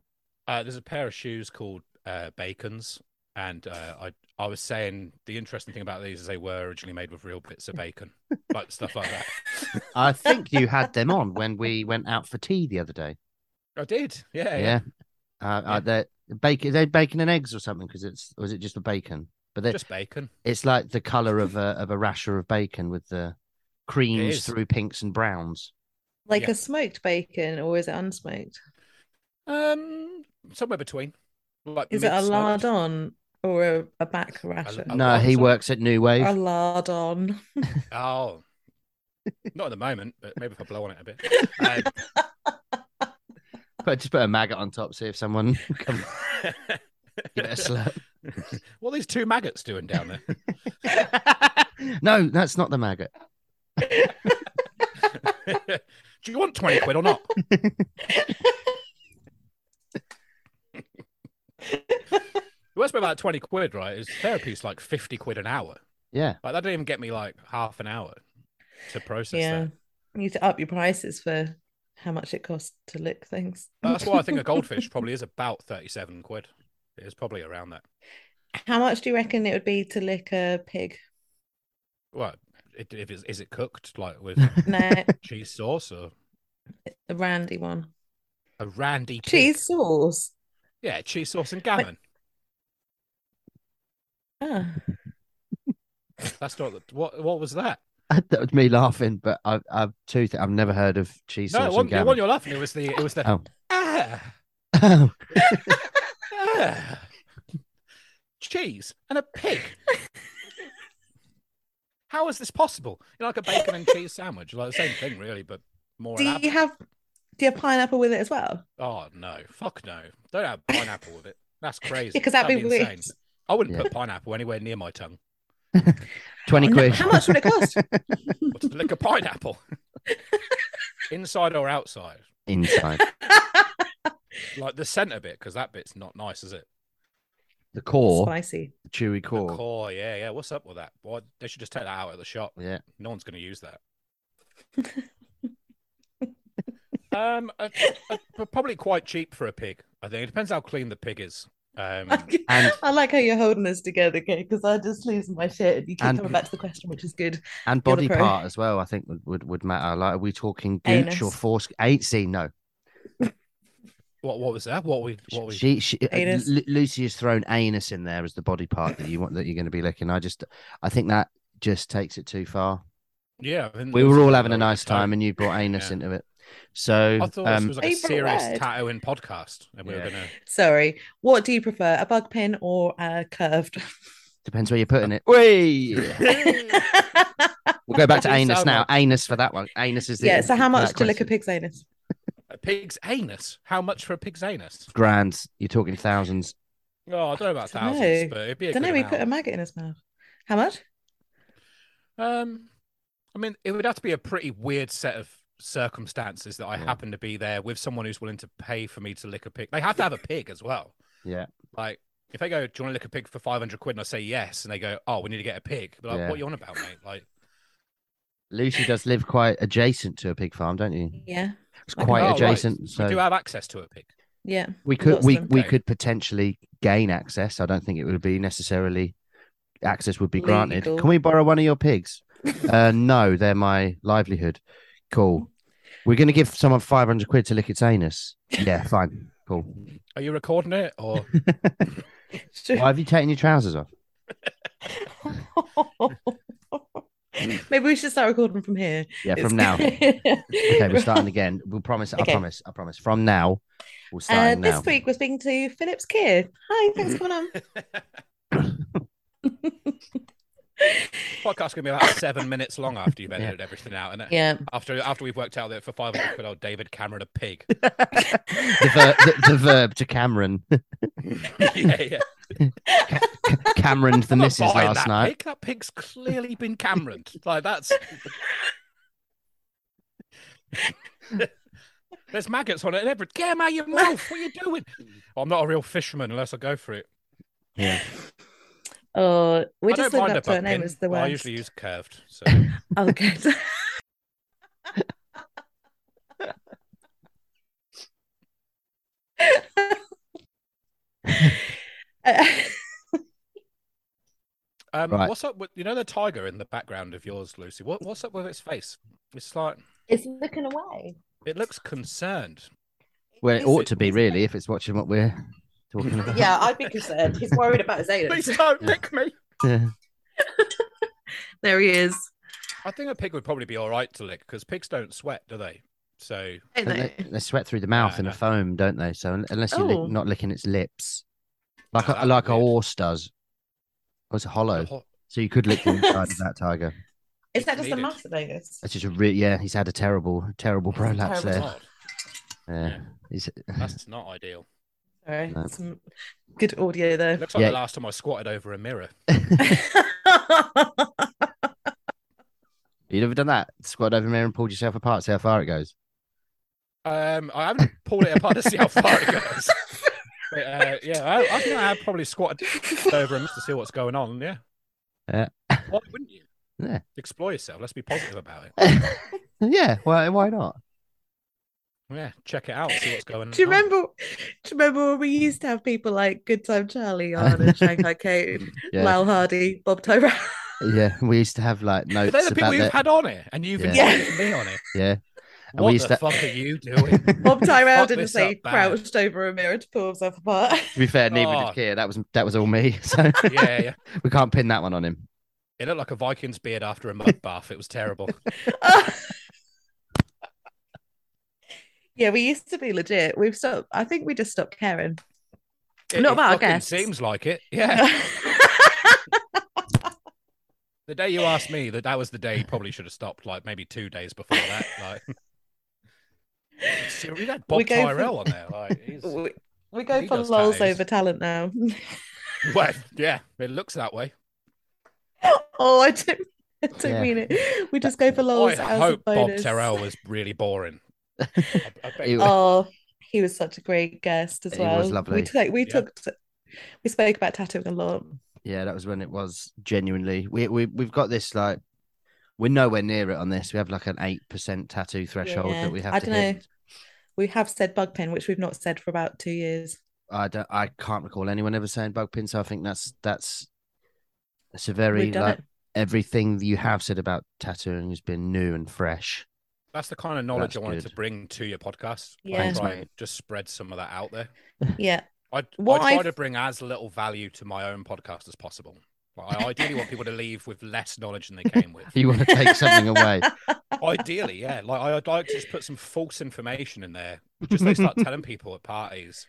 Uh, there's a pair of shoes called uh, Bacon's, and uh, I I was saying the interesting thing about these is they were originally made with real bits of bacon, like stuff like that. I think you had them on when we went out for tea the other day. I did, yeah, yeah. yeah. Uh, Yeah. Uh, they're bacon. They're bacon and eggs or something because it's was it just a bacon? But they- just bacon. it's like the color of a of a rasher of bacon with the creams is. through pinks and browns. Like yeah. a smoked bacon or is it unsmoked? Um, somewhere between. Like Is it a mid-smoked. lardon or a, a back rasher? Oh, no, he sorry. works at New Wave. A lardon. Oh, not at the moment, but maybe if I blow on it a bit. Um, But just put a maggot on top, see if someone come give it a slurp. Um, what are these two maggots doing down there? no, that's not the maggot. Do you want twenty quid or not? The worst bit about twenty quid, right, is therapy's like fifty quid an hour. Yeah, Like that didn't even get me like half an hour to process yeah. that. You need to up your prices for how much it costs to lick things. That's why I think a goldfish probably is about thirty-seven quid. It is probably around that. How much do you reckon it would be to lick a pig? Well, it, if it's, is it cooked like with No, cheese sauce or a randy one. a randy pig? Cheese sauce. Yeah, cheese sauce and gammon. Ah. That's not the- what. What was that? that was me laughing, but I, I've two. Th- I've never heard of cheese No, sauce it and wasn't, it gammon. wasn't your laughing. It was the. It was the. Oh. Ah, Oh, ah. cheese and a pig. How is this possible? You know, like a bacon and cheese sandwich, like the same thing, really, but more. Do elaborate. you have do you have pineapple with it as well? Oh no! Fuck no! Don't have pineapple with it. That's crazy. Yeah, because that'd, be, weird. insane. I wouldn't Yeah. put pineapple anywhere near my tongue. 20 No, quid. How much would it cost? What's a lick of pineapple? Inside or outside? Inside. Like the centre bit, because that bit's not nice, is it? The core, Spicy. the chewy The core. core, yeah, yeah. What's up with that? Why they should just take that out at the shop. Yeah. No one's going to use that. um, a, a- but probably quite cheap for a pig. I think it depends how clean the pig is. Um, And- I like how you're holding us together, okay? Because I just lose my shit and you keep And- coming back to the question, which is good. And You're the body pro. part as well, I think would, would, would matter. Like, are we talking gooch or Anus. foreskin? Eight C, no. what what was that? What we what we? She, she, uh, Anus. Lu- Lucy has thrown anus in there as the body part that you want that you're going to be licking. I just, I think that just takes it too far. Yeah, I think We there was were all something having a that we nice just don't- time, and you brought anus Mm, Yeah. into it. So, I thought this um, was like a Favourite serious word. tattooing podcast, and we Yeah. were gonna. Sorry. What do you prefer, a bug pin or a curved? depends where you're putting it. Whey! We'll go back to That didn't anus sound now. like- Anus for that one. Anus is the yeah. So how much that to lick a question. pig's anus? A pig's anus? How much for a pig's anus? Grand. You're talking thousands. Oh, I don't know about I don't thousands, know. but it'd be a Don't good know. We put a amount. maggot in his mouth. How much? Um, I mean, it would have to be a pretty weird set of circumstances that I Yeah. happen to be there with someone who's willing to pay for me to lick a pig. They have to have a pig as well. Yeah. Like, if they go, "Do you want to lick a pig for five hundred quid?" and I say yes, and they go, "Oh, we need to get a pig." But like, Yeah. what are you on about, mate? Like, Lucy does live quite adjacent to a pig farm, don't you? Yeah. It's Like an quite oh, right, adjacent. we do So have access to a pig. Yeah. we lots could of we, them. we Okay. could potentially gain access. I don't think it would be necessarily access would be granted. Legal. Can we borrow one of your pigs? uh, no, they're my livelihood. Cool. We're going to give someone 500 quid to lick its anus. Yeah, fine. Cool. Are you recording it or? Sure. Why have you taken your trousers off? Maybe we should start recording from here. Yeah, It's- Uh, from now. Okay, we're starting again. We'll promise. I Okay. promise. I promise. From now, we'll Uh, start now. this week we're speaking to Philip Skier. Hi, thanks for coming on. Podcast's gonna be about seven minutes long after you've edited everything out, and Yeah, after after we've worked out that for five hundred quid, old David Cameron a pig. the, ver- the, the verb to Cameron. yeah, yeah. Cameron the I'm not missus buying last that night. Pig. That pig's clearly been Cameroned. like that's. There's maggots on it and everything. Get 'em out of your mouth. What are you doing? I'm not a real fisherman unless I go for it. oh, we're I just don't living mind up a to our bumpkin, name as the but worst. I usually use curved. So Oh, good. Uh, um, Right. what's up with you know the tiger in the background of yours, Lucy? What what's up with its face? It's like it's looking away. it looks concerned. Well, it Is ought it- to be really if it's watching what we're talking about. Yeah, I'd be concerned. He's worried about his anus. don't lick me. Yeah. There he is. I think a pig would probably be all right to lick because pigs don't sweat, do they? So Don't And They, they? they sweat through the mouth Yeah, I in a know. foam, don't they? So un- unless you're lick- Oh. not licking its lips, like Oh, a, that'd like be a weird. horse does. Or it's hollow, Ho- so you could lick the inside of that tiger. Is that just the Needed. massive anus? That's just a re- yeah. He's had a terrible, terrible prolapse Terrible there. Yeah, God, he's, that's not ideal. Sorry, No. some good audio It there. looks like Yeah. the last time I squatted over a mirror. you never done that. Squat over mirror and pulled yourself apart. See how far it goes. Um, I haven't pulled it apart to see how far it goes. But, uh, yeah, I, I think I have probably squatted over him to see what's going on. Yeah. Yeah. Why wouldn't you? Yeah. Explore yourself. Let's be positive about it. yeah, why why not? Yeah. Check it out. See what's going on. Do you remember? Do you remember when we used to have people like Good Time Charlie on and Shanghai Kate, Yeah. Lal Hardy, Bob Tyrell? Yeah, we used to have like But notes they're the about people you've that. had on it, and you've Yeah. invited me on it. Yeah, we What used the to- fuck are you doing? Bob Tyrell Fuck didn't this say up bad. crouched over a mirror to pull himself apart. To be fair, neither Oh. did Keir. That was that was all me. So yeah, yeah. we can't pin that one on him. It looked like a Viking's beard after a mud bath. It was terrible. yeah, we used to be legit. We've stopped. I think we just stopped caring. It, Not it about our fucking guests. Seems like it. Yeah. The day you asked me that, that was the day you probably should have stopped. Like maybe two days before that. Like. Seriously, we had Bob We go for- Tyrell on there. Like, he's- we, we go He for does lols tattoos. over talent now. well, yeah, it looks that way. oh, I don't, I don't Yeah. mean it. We just go for lols. I as a hope Bob bonus. Terrell was really boring. I, I bet- He was- Oh, he was such a great guest as He well. was lovely. We took, we Yeah. took, we spoke about tattooing a lot. Yeah, that was when it was genuinely. We we we've got this like we're nowhere near it on this. We have like an eight percent tattoo threshold Yeah. that we have I to dunno. hit. We have said bug pin, which we've not said for about two years. I don't. I can't recall anyone ever saying bug pin. So I think that's that's it's a very We've done like it. everything you have said about tattooing has been new and fresh. That's the kind of knowledge That's I wanted good. to bring to your podcast. Yeah. Like, Thanks, try mate. and just spread some of that out there. Yeah. I, What I try I've- to bring as little value to my own podcast as possible. Like, I ideally want people to leave with less knowledge than they came with. You want to take something away? ideally, yeah. Like I- I'd like to just put some false information in there. Just they start telling people at parties.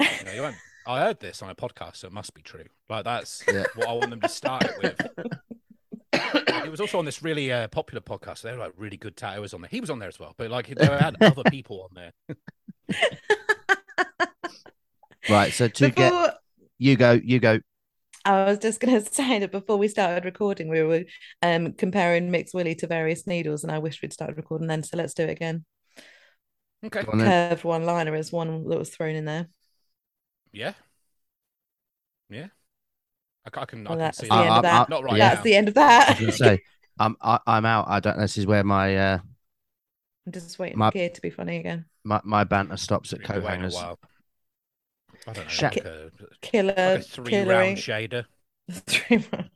You know, you went, I heard this on a podcast, so it must be true. Like that's Yeah. what I want them to start it with. it was also on this really uh, popular podcast. They were like really good tattooers on there. He was on there as well, but like they had other people on there. Right. So to Before get you go, you go. I was just going to say that before we started recording, we were um, comparing Mix Willie to various needles, and I wish we'd started recording then. So let's do it again. Okay. Go on then. Curved one liner is one that was thrown in there. Yeah. Yeah. I, ca- I can. Well, I can that's see the end that. of that. Not right yeah. That's now. the end of I that. was gonna say, I'm I, I'm out. I don't. This is where my uh I'm just waiting My- for Keir to be funny again. my, my banter stops at We've been coat waiting a hangers. while. I don't know. Shaq- like uh, a- Killer, like a three killer round ink. shader. Three round.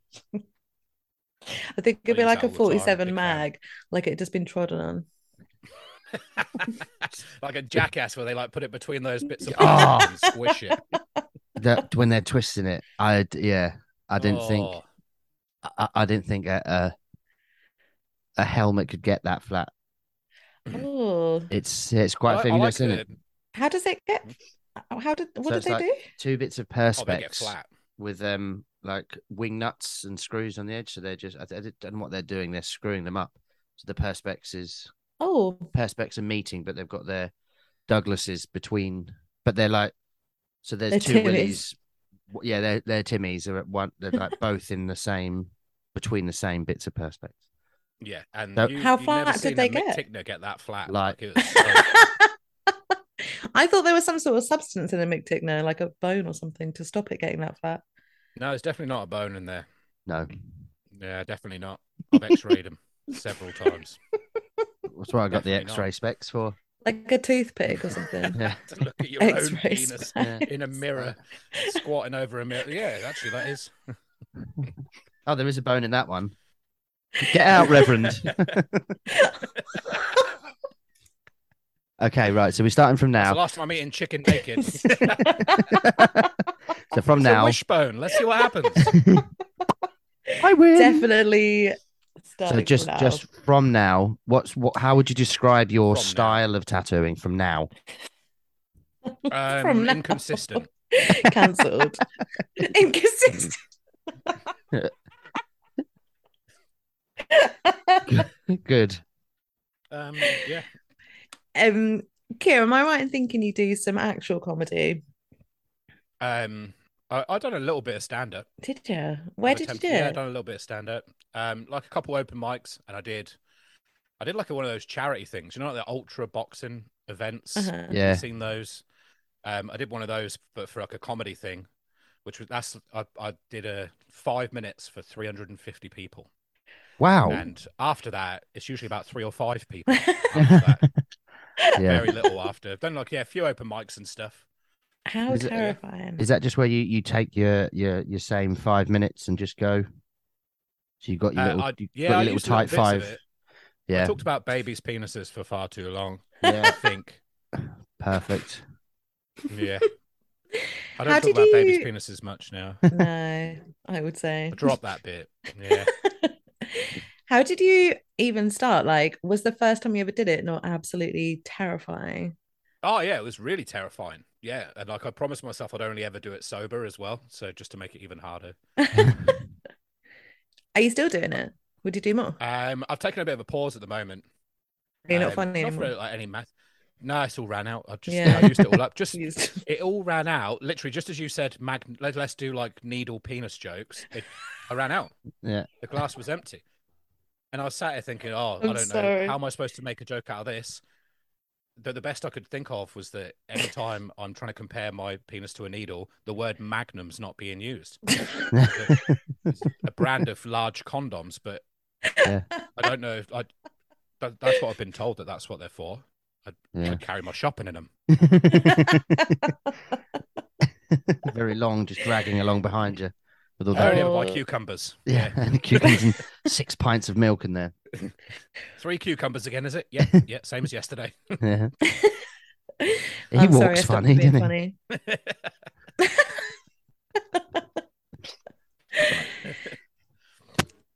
I think it'd be use like that a all the time, 47 big fan. mag, like it'd just been trodden on. like a jackass where they like put it between those bits of Oh. plastic and squish it. That when they're twisting it, I yeah, I didn't think Oh, I- I, I didn't think a, a a helmet could get that flat. Oh, It's it's quite I- I fabulous, like isn't it? the- how does it get? uh, How did what So did it's they like- do? Two bits of Oh, they get perspex flat. with um like wing nuts and screws on the edge, so they're just I, I don't know what they're doing. They're screwing them up, so the perspex is Oh, perspex are meeting, but they've got their Douglases between, but they're like so there's They're two Timmies. Willies. w- Yeah, they're they're Timmies are at one. They're like both in the same between the same bits of perspex. Yeah, and So- you, How you've never flat did seen they a Mick get? Tickner get that flat. Like- it was so- I thought there was some sort of substance in a McTickner, like a bone or something, to stop it getting that fat. no, it's definitely not a bone in there. No, Yeah, definitely not. I've X-rayed them several times. that's what I got the Definitely not. X-ray specs for. Like a toothpick or something. Yeah. to look at your own X-ray penis Yeah. in a mirror, squatting over a mirror. Yeah, actually, that is. Oh, there is a bone in that one. Get out, Reverend. okay, right. So we're starting from It's the now. last time I'm eating chicken naked. It's so from a now, wishbone. Let's see what happens. I win. Definitely So starting from just now. just from now, what's what? How would you describe your From now. style of tattooing from now? Um, From now. inconsistent. cancelled. Inconsistent. Good. Um, yeah. Um, Kira, am I right in thinking you do some actual comedy? Um, I, I done a little bit of stand up. Did you? Where did you do Yeah, I it? done a little bit of stand up. Um, like a couple open mics, and I did, I did like one of those charity things. You know, like the ultra boxing events. Uh-huh. I've Yeah. seen those. Um, I did one of those, but for like a comedy thing, which was that's I, I did a five minutes for three hundred and fifty people, Wow. and after that, it's usually about three or five people. after that. Yeah. Very little after. I've done like yeah, a few open mics and stuff. How Is it- uh, yeah. terrifying. Is that just where you you take your your your same five minutes and just go? So you got your Uh, little I- you yeah, got I your little used little tight bits of five. it. I Yeah, talked about babies' penises for far too long. I yeah, think. perfect. Yeah. I How don't talk did about babies' you- penises much now. no, I would say. I drop that bit. Yeah. How did you even start? Like, was the first time you ever did it not absolutely terrifying? Oh yeah, it was really terrifying. Yeah, and like I promised myself, I'd only ever do it sober as well. So just to make it even harder. Are you still doing it? Would you do more? Um, I've taken a bit of a pause at the moment. You're not Um, funny Not anymore. for like any math. No, it's all ran out. I just Yeah. I used it all up. Just Used. it all ran out. Literally, just as you said, mag- let, us do like needle penis jokes. It, I ran out. Yeah. The glass was empty. And I was sat here thinking, oh, I'm I don't sorry. know. How am I supposed to make a joke out of this? The, the best I could think of was that every time I'm trying to compare my penis to a needle, the word magnum's not being used. It's a brand of large condoms, but Yeah. I don't know if I. That, that's what I've been told that that's what they're for. I Yeah. carry my shopping in them. Very long, just dragging along behind you with all I only that. ever buy Oh. cucumbers. Yeah, and cucumbers and six pints of milk in there. Three cucumbers again, is it? Yeah, yeah, same as yesterday. Yeah. He I'm walks sorry, I stopped funny, being doesn't he? funny.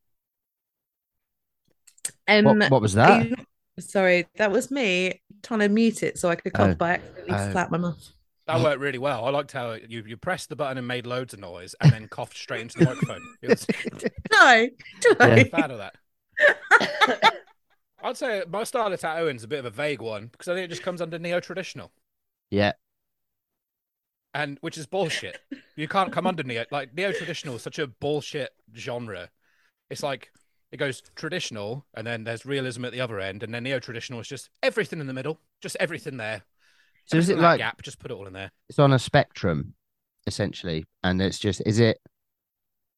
Um, What, what was that? are you- sorry, that was me trying to mute it so I could cough Oh. by accidentally Oh. slap my mouth. That worked really well. I liked how you, you pressed the button and made loads of noise and then coughed straight into the microphone. It was No, do I'm a I? fan of that. I'd say my style of tattooing's a bit of a vague one because I think it just comes under neo traditional. Yeah. And which is bullshit. You can't come under neo like neo traditional is such a bullshit genre. It's like it goes traditional and then there's realism at the other end, and then neo traditional is just everything in the middle. Just everything there. So is Everything it that like gap, just put it all in there. it's on a spectrum, essentially, and it's just is it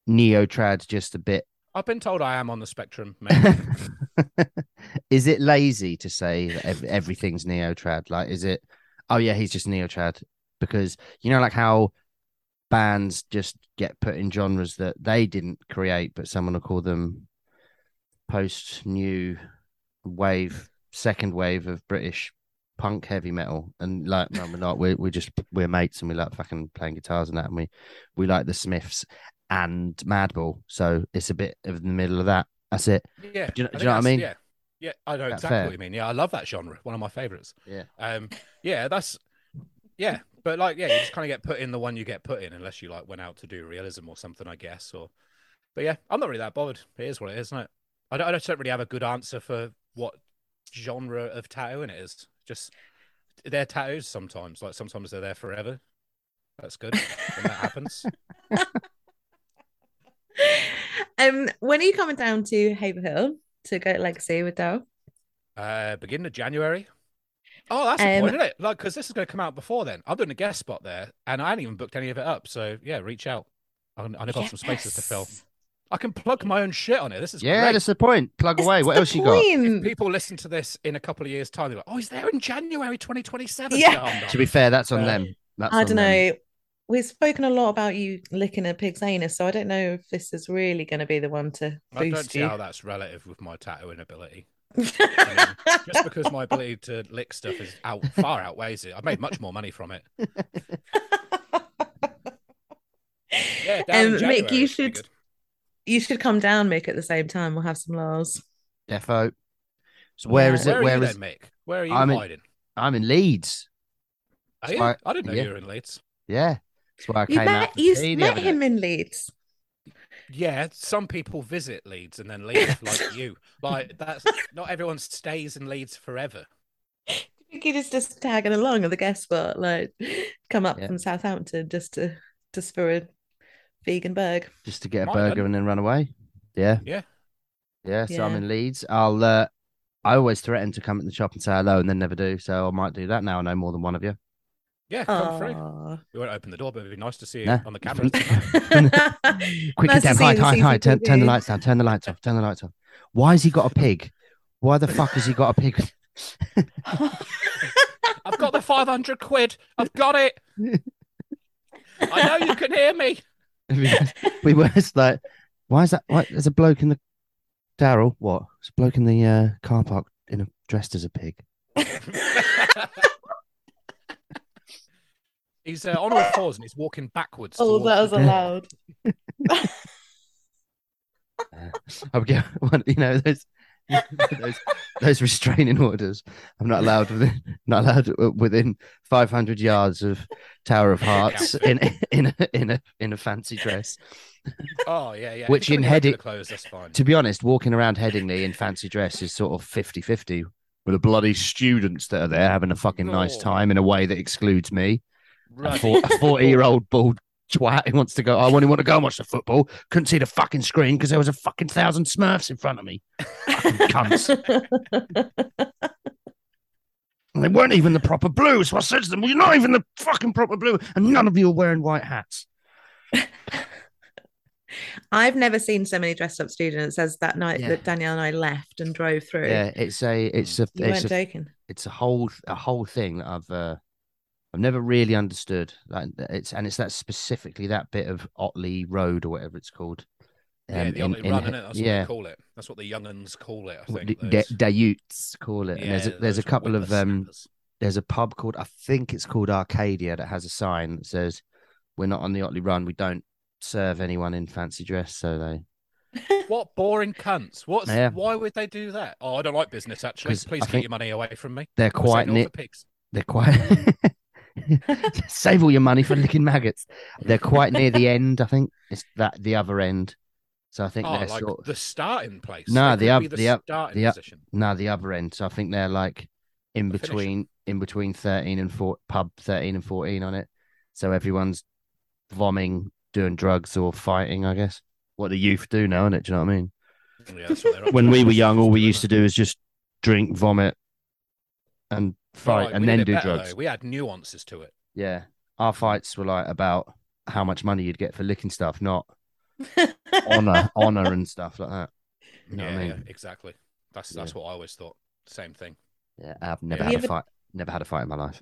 neo trad just a bit? I've been told I am on the spectrum, mate. is it lazy to say that ev- everything's neo trad? Like, is it? Oh yeah, he's just neo trad because you know, like how bands just get put in genres that they didn't create, but someone will call them post new wave, second wave of British punk heavy metal, and like no, we're not. We're we're just we're mates, and we like fucking playing guitars and that, and we we like the Smiths and Madball, so it's a bit of the middle of that. That's it. Do Yeah. you know- do think you know what I that's- mean? Yeah. Yeah, I know that exactly fair? what you mean. Yeah, I love that genre. One of my favorites. Yeah. Um yeah, that's yeah, but like yeah, you just kind of get put in the one you get put in unless you like went out to do realism or something, I guess, or But yeah, I'm not really that bothered. It is what it is, isn't it? I don't, I just don't really have a good answer for what genre of tattooing it is. Just they're tattoos sometimes, like sometimes they're there forever. That's good when that happens. um, when are you coming down to Haverhill to go to Legacy with Dale? Uh, beginning of January. Oh, that's the Um, point, isn't it? Like, because this is going to come out before then. I'm doing a guest spot there, and I hadn't even booked any of it up. So yeah, reach out. I know I've got some spaces to fill. Yes. I can plug my own shit on it. This is Yeah, great. that's the point. Plug That's away. What the else you got? point. People listen to this in a couple of years' time. They're like, "Oh, he's there in January 2027." Yeah. No, I'm not. To be fair, that's on Uh, them. That's I on don't them. know. We've spoken a lot about you licking a pig's anus, so I don't know if this is really going to be the one to I don't boost see you. how that's relative with my tattooing ability. Just because my ability to lick stuff is out far outweighs it. I've made much more money from it. Yeah, down in Um, Mick, January you is pretty should- good. you should come down, Mick, at the same time. We'll have some laughs. Defo. So where Yeah. is Where are it? you Where is? then, Mick? Where are you I'm in- hiding? I'm in Leeds. Are you? Why- I didn't know yeah. you were in Leeds. Yeah, that's where I You came out. met for you tea the met other day. him in Leeds. Yeah, some people visit Leeds and then leave, like you. Like that's not everyone stays in Leeds forever. I think he is just tagging along at the guest spot, like come up Yeah. from Southampton just to just for a vegan burg. just to get a Mine burger done. and then run away. Yeah. Yeah. Yeah. So I'm Yeah. in Leeds. I'll. Uh, I always threaten to come in the shop and say hello and then never do. So I might do that now. I know more than one of you. Yeah, come through. Aw. We won't open the door, but it'd be nice to see you Nah. on the camera. Quick, get Nice to down. see Hide, you hide, this hide. Turn, turn the CCTV. lights down. Turn the lights off. Turn the lights off. Why has he got a pig? Why the fuck has he got a pig? I've got the five hundred quid. I've got it. I know you can hear me. we were just like, why is that? Why, there's a bloke in the Daryl, what? It's a bloke in the uh, car park in a dressed as a pig. he's uh, on all fours and he's walking backwards. Oh, towards that was the- Yeah. allowed. I would get one, you know those, those those restraining orders. I'm not allowed within not allowed within 500 yards of Tower of Hearts in in a, in a in a fancy dress. Oh yeah, yeah. Which He's got in any regular heading- clothes. That's fine. To be honest, walking around Headingley in fancy dress is sort of 50-50 with the bloody students that are there having a fucking nice No. time in a way that excludes me. A Right. four- a 40 year old bald twat who wants to go, I only want to go and watch the football. Couldn't see the fucking screen because there was a fucking thousand Smurfs in front of me. Fucking cunts. And they weren't even the proper blue. So I said to them, Well, you're not even the fucking proper blue. And none of you are wearing white hats. I've never seen so many dressed up students as that night Yeah. that Danielle and I left and drove through. Yeah, it's a it's a You it's weren't a, joking. it's a whole a whole thing that I've uh, I've never really understood. Like it's and it's that specifically that bit of Otley Road or whatever it's called. yeah, um, the in- Otley in run, He- innit? That's what yeah. they call it. That's what the younguns call it. I what think. the- those- Da- Dayutes call it. and there's a, Yeah, there's a those couple of um whippersnappers. there's a pub called I think it's called Arcadia that has a sign that says we're not on the Otley Run. We don't serve anyone in fancy dress. So they What boring cunts! What's Yeah. why would they do that? Oh, I don't like business. Actually, 'Cause please I keep think your money away from me. they're I'm saying quite all ni- the pigs. They're quite. Save all your money for licking maggots. They're quite near the end, I think. It's that the other end. So I think Oh, they're like sort the starting place. No, They the could be up- the up- starting the up- position. no the other end. So I think they're like in The finish. between in between thirteen and four pub thirteen and fourteen on it. So everyone's vomiting, doing drugs or fighting, I guess. What the youth do now, innit? Do you know what I mean? Yeah, that's what they're up When to. we were young, all we used to do is just drink, vomit, and fight, Right, and we did then it do better, drugs. though. We had nuances to it. Yeah. Our fights were like about how much money you'd get for licking stuff, not honor, honor and stuff like that. You know yeah, what I yeah, mean? exactly. That's that's what I always thought. Same thing. Yeah. I've never Yeah. had Yeah, a but- fight. Never had a fight in my life.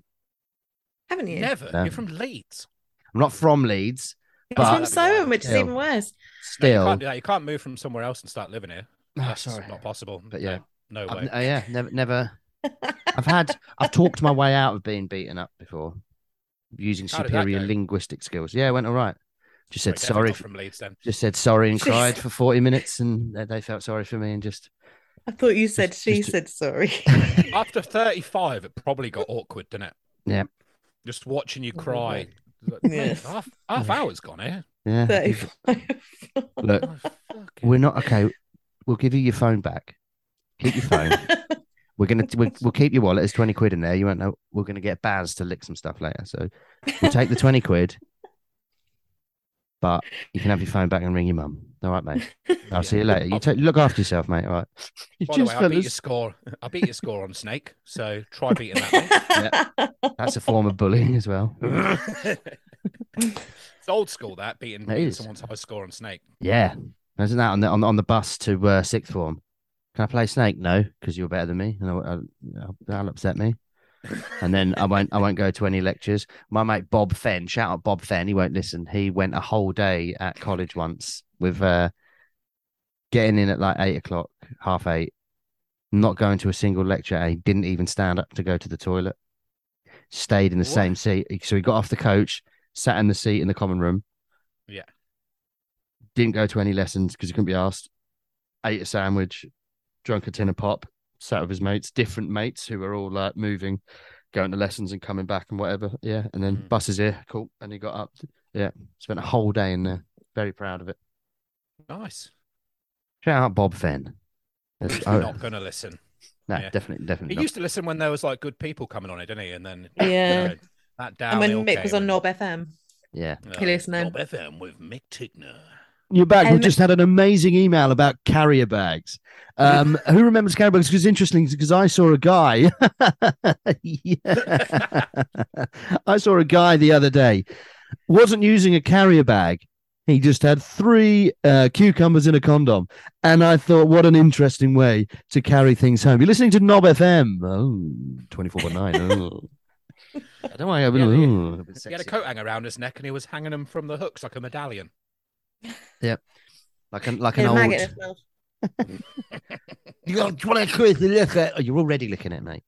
Haven't you? Never. No. You're from Leeds. I'm not from Leeds. It's But- from Soham, which is Yeah. even worse. No, you Still, can't do that. You can't move from somewhere else and start living here. Ah, That's sorry. not possible. But yeah. no, no I've, way. n- uh, yeah, never, never. I've had, I've talked my way out of being beaten up before, using How did that superior go? linguistic skills. Yeah, it went all right. Just said Right, definitely sorry. not from Leeds then. Just said sorry and Jeez. cried for forty minutes, and they- they felt sorry for me and just. I thought you said Just- she just- said sorry. After 35, it probably got awkward, didn't it? Yeah. Just watching you Oh, cry. Like, Yes. mate, half, half Yeah. hour's gone eh? here. Yeah. 35. Look, Oh, fucking- we're not okay. We'll give you your phone back. Keep your phone. We're gonna we'll, we'll keep your wallet. There's twenty quid in there. You won't know. We're gonna get Baz to lick some stuff later. So we'll take the twenty quid, but you can have your phone back and ring your mum. All right, mate. I'll see you later. You take look after yourself, mate. All right. You By the way, I beat your score. I beat your score on Snake, so try beating that. yeah. That's a form of bullying as well. One. it's old school that beating, That beating is. someone's high score on Snake. Yeah, isn't that on the on, the- on the bus to uh, sixth form? Can I play Snake? No, because you're better than me, and I, I, I- that'll upset me. And then I won't I won't go to any lectures. My mate Bob Fenn, shout out Bob Fenn. He won't listen. He went a whole day at college once with uh, getting in at like eight o'clock, half eight, not going to a single lecture. He didn't even stand up to go to the toilet. Stayed in the What? same seat. So he got off the coach, sat in the seat in the common room didn't go to any lessons because he couldn't be asked. Ate a sandwich, drunk a tin of pop, sat with his mates, different mates who were all like moving, going to lessons and coming back and whatever. Yeah. And then Mm. buses here, cool. And he got up. Yeah. Spent a whole day in there. Very proud of it. Nice. Shout out Bob Fenn. That's- He's oh, not going to listen. no, yeah. definitely, definitely. He Not. used to listen when there was like good people coming on it, didn't he? And then you Yeah. know, that And down. when Mick was on Norb FM. Yeah. uh, he listened then. FM with Mick Tickner. You're back. Um, We've just had an amazing email about carrier bags. Um, who remembers carrier bags? Because interesting, because I saw a guy. Yeah. I saw a guy the other day wasn't using a carrier bag. He just had three uh, cucumbers in a condom, and I thought, what an interesting way to carry things home. You're listening to Knob FM, oh, 24.9. Oh. I don't want to Yeah, he- go. He had a coat hanger around his neck and he was hanging them from the hooks like a medallion. like an like an In a old maggot as well. You got twenty quid to look at. Oh, you're already looking at mate.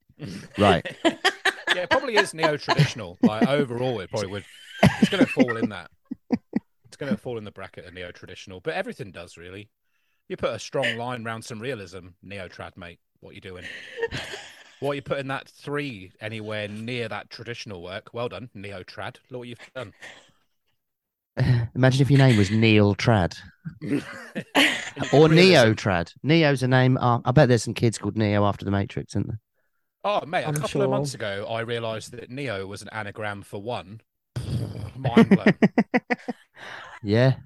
Right. Yeah, it probably is neo traditional. like overall, it probably would. It's going to fall in that. It's going to fall in the bracket of neo traditional, but everything does really. You put a strong line round some realism, neo trad, mate. What you doing? What you putting that three anywhere near that traditional work? Well done, neo trad. Look what you've done. Imagine if your name was Neil Trad And you or put Neo realism- Trad. Neo's a name. Uh, I bet there's some kids called Neo after the Matrix, isn't there? Oh, mate, a I'm couple sure. of months ago, I realised that neo was an anagram for one. Mind blown. Yeah.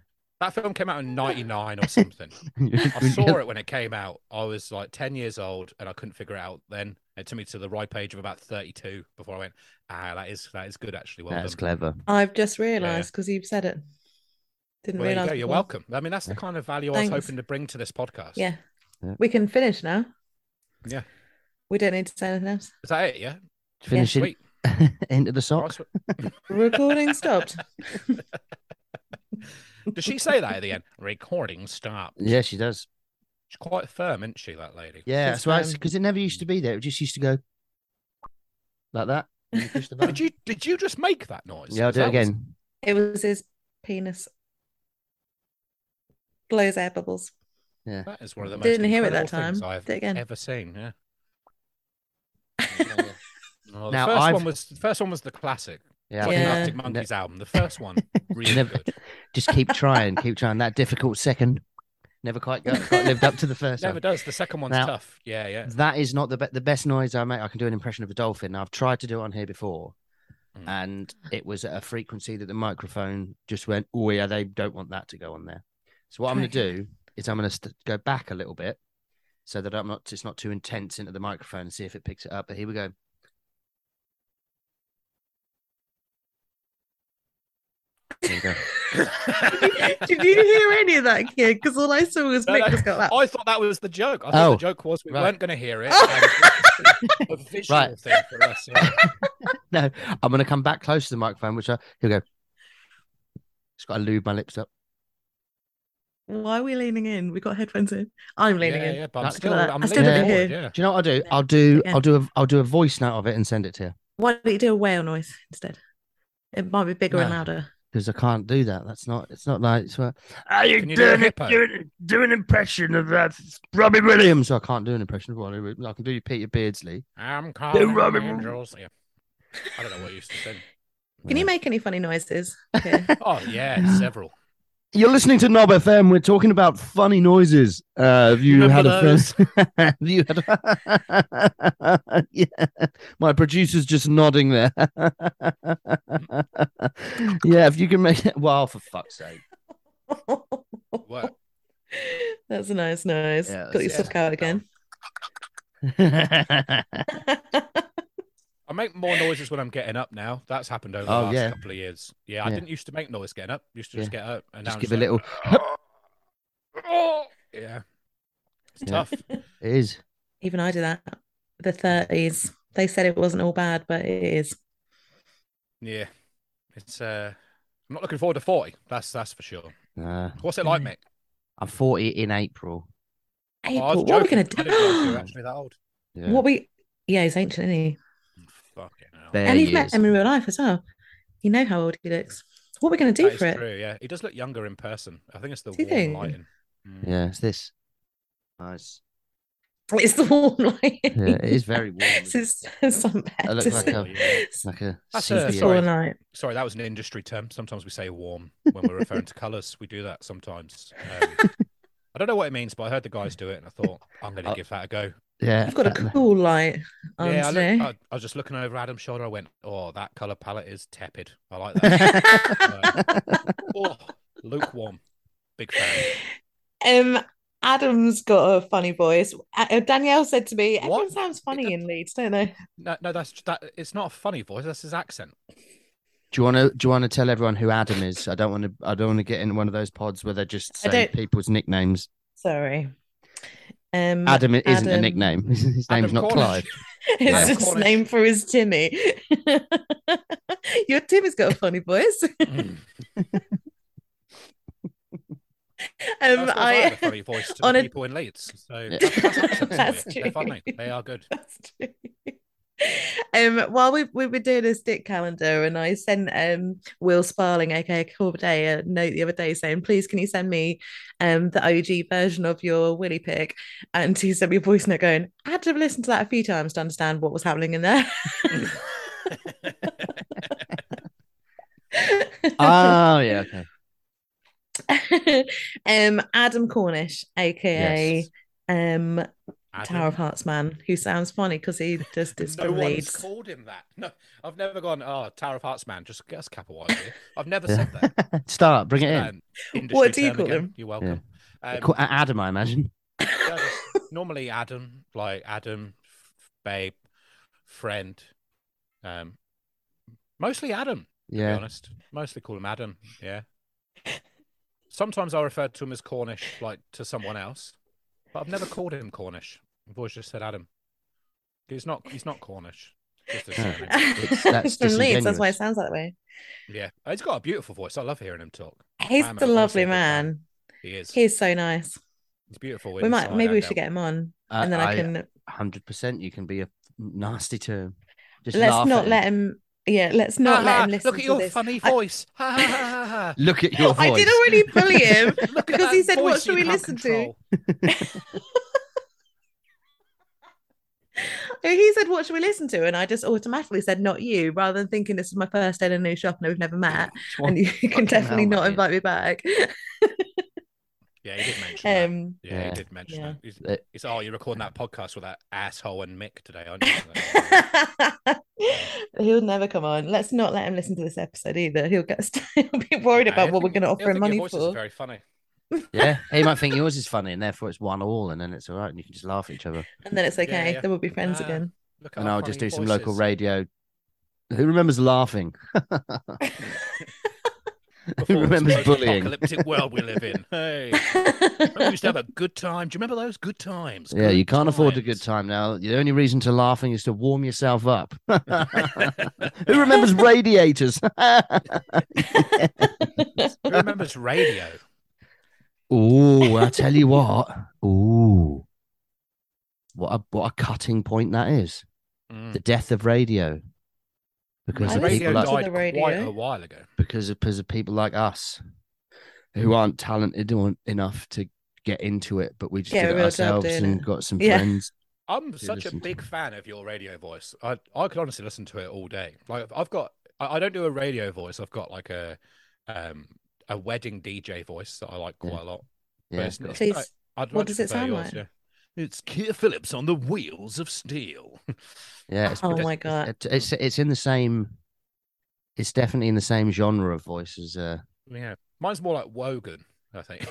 that film came out in '99 or something. I saw it when it came out. I was like 10 years old and I couldn't figure it out then. It took me to the ripe age of about 32 before I went, ah, that is that is good actually. Well That's done." clever. I've just realised because you've said it. Didn't Well, there you realise. go. You're before. welcome. I mean, that's the kind of value I was Thanks. hoping to bring to this podcast. Yeah. Yeah. We can finish now. Yeah. We don't need to say anything else. Is that it? Yeah. Finish it Sweet. into the sock. Nice one. Recording stopped. Does she say that at the end? Recording stop. Yeah, she does. She's quite firm, isn't she, that lady? Yeah, She's that's why. um, firm. Because it never used to be there. It just used to go like that. and you push the Did button. you did you just make that noise? Yeah, I'll do it That was- again. It was his penis. Blows air bubbles. that is one of the most Didn't hear it incredible that time. things I've Did it again. ever seen. Yeah. Well, the Now, 1st I've- one was the first one was the classic. Yeah, I Like think the Yeah. Arctic Monkeys album. The first one, really Never- good. just keep trying, keep trying. That difficult second never quite, got, quite lived up to the first Never one. does. The second one's Now- tough. Yeah, yeah. That is not the be- the best noise I make. I can do an impression of a dolphin. Now, I've tried to do it on here before, Mm. and it was at a frequency that the microphone just went. Oh yeah, they don't want that to go on there. So what I'm going to Okay. do is I'm going to st- go back a little bit so that I'm not it's not too intense into the microphone and see if it picks it up. But here we go. There you go. Did you hear any of that, kid? Because all I saw was No, Mick no. just got that. I thought that was the joke. I thought Oh, the joke was we right. weren't going to hear it. and a visual Right. thing for us. yeah. no, I'm going to come back close to the microphone, which I here we go. Just got to lube my lips up. Why are we leaning in? We got headphones in. I'm leaning yeah, in. yeah, but I'm That's still, good. I'm I still leaning didn't forward, hear. Yeah. Do you know what I'll do? I'll do Yeah. I'll do a I'll do a voice note of it and send it to you Why don't you do a whale noise instead? It might be bigger and No. louder. because I can't do that. That's not it's not like it's like, are you Can you do a doing it? hippo? Do, an- do an impression of that Robbie Williams. I can't do an impression of Robbie. Williams. I can do Peter Beardsley. I'm calling Robin- the angels. Yeah. I don't know what you used to sing. Can you Yeah. make any funny noises? Okay. Oh yeah, several. You're listening to Knob FM. We're talking about funny noises. Uh, have you Remember had a first? have you had a... yeah. My producer's just nodding there. yeah, if you can make it. Well, for fuck's sake. What? That's a nice noise. Yeah, got your that's- stuck out again. oh I make more noises when I'm getting up now. That's happened over the Oh, last yeah. couple of years. Yeah, I Yeah. didn't used to make noise getting up. Used to just get up and Just now I'm give a like, little. "Oh." Yeah. It's Yeah. tough. It is. Even I do that. The 30s. They said it wasn't all bad, but it is. Yeah. It's uh I'm not looking forward to 40. That's that's for sure. Uh, What's it like, Right. Mick? I'm 40 in April. Oh, I April. was what are we joking. going I to didn't realise you were do? actually that old. Yeah. what we. Yeah, he's ancient, isn't he? Fucking hell. There and he you've met is. him in real life as well. You know how old he looks. What are we going to do That is for it? true, yeah. He does look younger in person. I think it's the Do you warm think? lighting. Mm. Yeah, it's this. Nice. It's the warm light. Yeah, it is very warm. It's his sunbed. I look It's like a- it's Like a That's a- the sepia. sorry. full night. Sorry, that was an industry term. Sometimes we say warm when we're referring to colours. We do that sometimes. Um, I don't know what it means, but I heard the guys do it and I thought, I'm going to Oh. give that a go. Yeah. I've got a cool light on yeah, I, look- today. I, I was just looking over Adam's shoulder. I went, oh, that colour palette is tepid. I like that. oh, lukewarm. Big fan. um, Adam's got a funny voice. Uh, Danielle said to me, "Everyone What? sounds funny in Leeds, don't they?" No, no, that's that. It's not a funny voice. That's his accent. Do you want to? Do you want to tell everyone who Adam is? I don't want to. I don't want to get in one of those pods where they just I say don't- people's nicknames. Sorry. Um, Adam isn't a Adam- nickname. His name's Adam not Cornish. Clive. it's Yeah. his Cornish. name for his Timmy. Um, Your Timmy's got a funny voice. Mm. That's Um, what I I have a funny voice to on the a- people in Leeds. So Yeah. that's, that's accents for That's you. They're funny. true. They are good. That's true. Um, while we we were doing a stick calendar, and I sent um Will Sparling, aka Corday, a note the other day saying, "Please, can you send me um the OG version of your Willy pick?" And he sent me a voice note going, "I had to have listened to that a few times to understand what was happening in there." oh yeah, okay. um, Adam Cornish, aka Yes. um Tower of Adam. Hearts man, who sounds funny because he just is No from one's Leeds. called him that. No, I've never gone. Oh, Tower of Hearts man, just get us Capawise. here." I've never said that. Start, bring it in. Um, industry What do you term call again. him? You're welcome. Um, Qu- uh, Adam, I imagine. yeah, just normally Adam, like Adam, f- babe, friend. Um, mostly Adam. To be Yeah. honest, mostly call him Adam. Yeah. Sometimes I refer to him as Cornish, like to someone else, but I've never called him Cornish. I've always just said Adam. He's not. He's not Cornish. Just a Yeah. surname. It's- that's from Leeds, that's why disingenuous. it sounds that way. Yeah, Oh, he's got a beautiful voice. I love hearing him talk. He's I'm the a- honestly lovely a big fan. man. He is. He's so nice. He's beautiful. we might inside maybe we and should out. get him on, Uh, and then I, can hundred percent. You can be a nasty to him. Just let's laugh not at let him. Yeah, let's not Ha, let ha, him listen Look at to your this. funny I- voice. Ha, ha, ha, ha, ha. Look at your voice. I did already bully him Look at because he that said, "What voice should you we can't listen to?" control." He said, "What should we listen to?" And I just automatically said, "Not you," rather than thinking this is my first day in a new shop and we've never met, and you can fucking definitely hell, not mate. invite me back. Yeah, he did mention that. Um, Yeah, Yeah. he did mention Yeah. that. He's, Uh, he's, oh, you're recording that podcast with that asshole and Mick today, aren't you? Um, he'll never come on. Let's not let him listen to this episode either. He'll get he'll be worried about what we're going to offer him money your voice for. Is very funny. Yeah, he might think yours is funny, and therefore it's one all, and then it's all right, and you can just laugh at each other. And then it's Yeah, okay. yeah. Then we'll be friends Ah. again. Look at And our I'll just do some funny local voices. radio. Who remembers laughing? Who Before this remembers bullying? Apocalyptic world we live in. Hey, we used to have a good time. Do you remember those good times? Yeah, Good you can't afford a times. good time now. The only reason to laughing is to warm yourself up. Who remembers radiators? Who remembers radio? Ooh, I tell you what. Ooh, what a what a cutting point that is. Mm. The death of radio, because I the listened radio people to like, died the radio. quite a while ago. because of, because of people like us who Mm. aren't talented en- enough to get into it, but we just Get a did it real job ourselves doing and it. got some Yeah. friends. I'm do such a listen to big it. fan of your radio voice. I I could honestly listen to it all day. Like I've got I, I don't do a radio voice. I've got like a um a wedding DJ voice that I like Yeah. quite a lot. But Yeah, it's- it's- Please, I, I'd what much does it prefer sound yours, like? yeah. It's Keir Phillips on the wheels of steel. yeah. It's, oh it's- my god, it- it's it's in the same. It's definitely in the same genre of voice as uh, yeah, mine's more like Wogan. I think.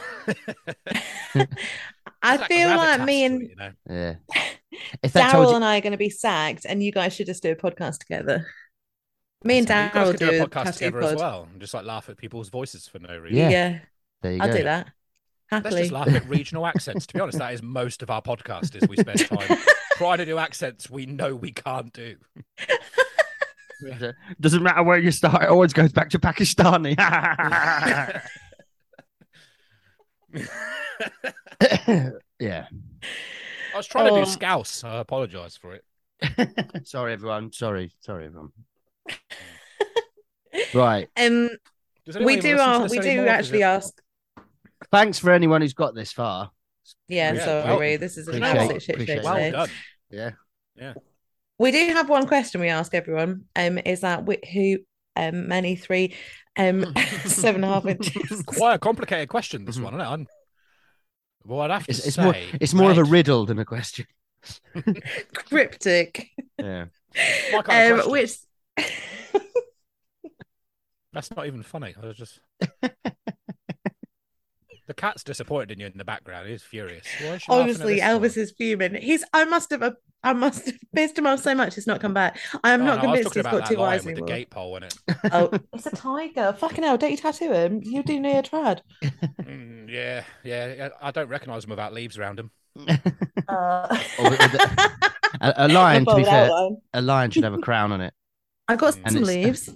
I There's that feel like gravitas me to and it, you know? yeah. If that told Daryl you, and I are going to be sacked, and you guys should just do a podcast together. Me and So you guys Daryl could do a tattoo podcast together as pod. well, and just like laugh at people's voices for no reason. Yeah, Yeah, there you I'll go. do that Let's just happily. laugh at regional accents. To be honest, that is most of our podcast is we spend time trying to do accents we know we can't do. Doesn't matter where you start; it always goes back to Pakistani. I yeah. was trying Oh. to do Scouse. I apologise for it. sorry, everyone. Sorry, sorry, everyone. right. Um, Does anyone we even do listen to our, this we do anymore? 'Cause actually it- ask. Thanks for anyone who's got this far. Yeah, Yeah, sorry, well, this is an appreciate- absolute shit show. appreciate it. Well today. done. Yeah. We do have one question we ask everyone. Um, is that wh- who? Um, many three, um, seven and a half inches. Quite a complicated question, this Mhm. one, isn't it? I'm... Well, I'd have to It's, it's say more it's more of a red. riddle than a question. Cryptic. Yeah. My kind of um, question. which That's not even funny. I was just. the cat's disappointed in you in the background. He's furious. Why is she laughing at honestly, this one? Elvis is fuming. He's. I must have. a- I must have pissed him off so much. It's not come back. I am Oh, not no, I convinced was talking he's about got that two lion eyes with the anymore. gate pole in it. Oh, it's a tiger. Fucking hell! Don't you tattoo him? You do near trad. Mm, yeah, yeah. yeah, I don't recognise him without leaves around him. Uh... Or with the- A, a lion, to be Bold fair, outline. a lion should have a crown on it. I've got And some it's- leaves.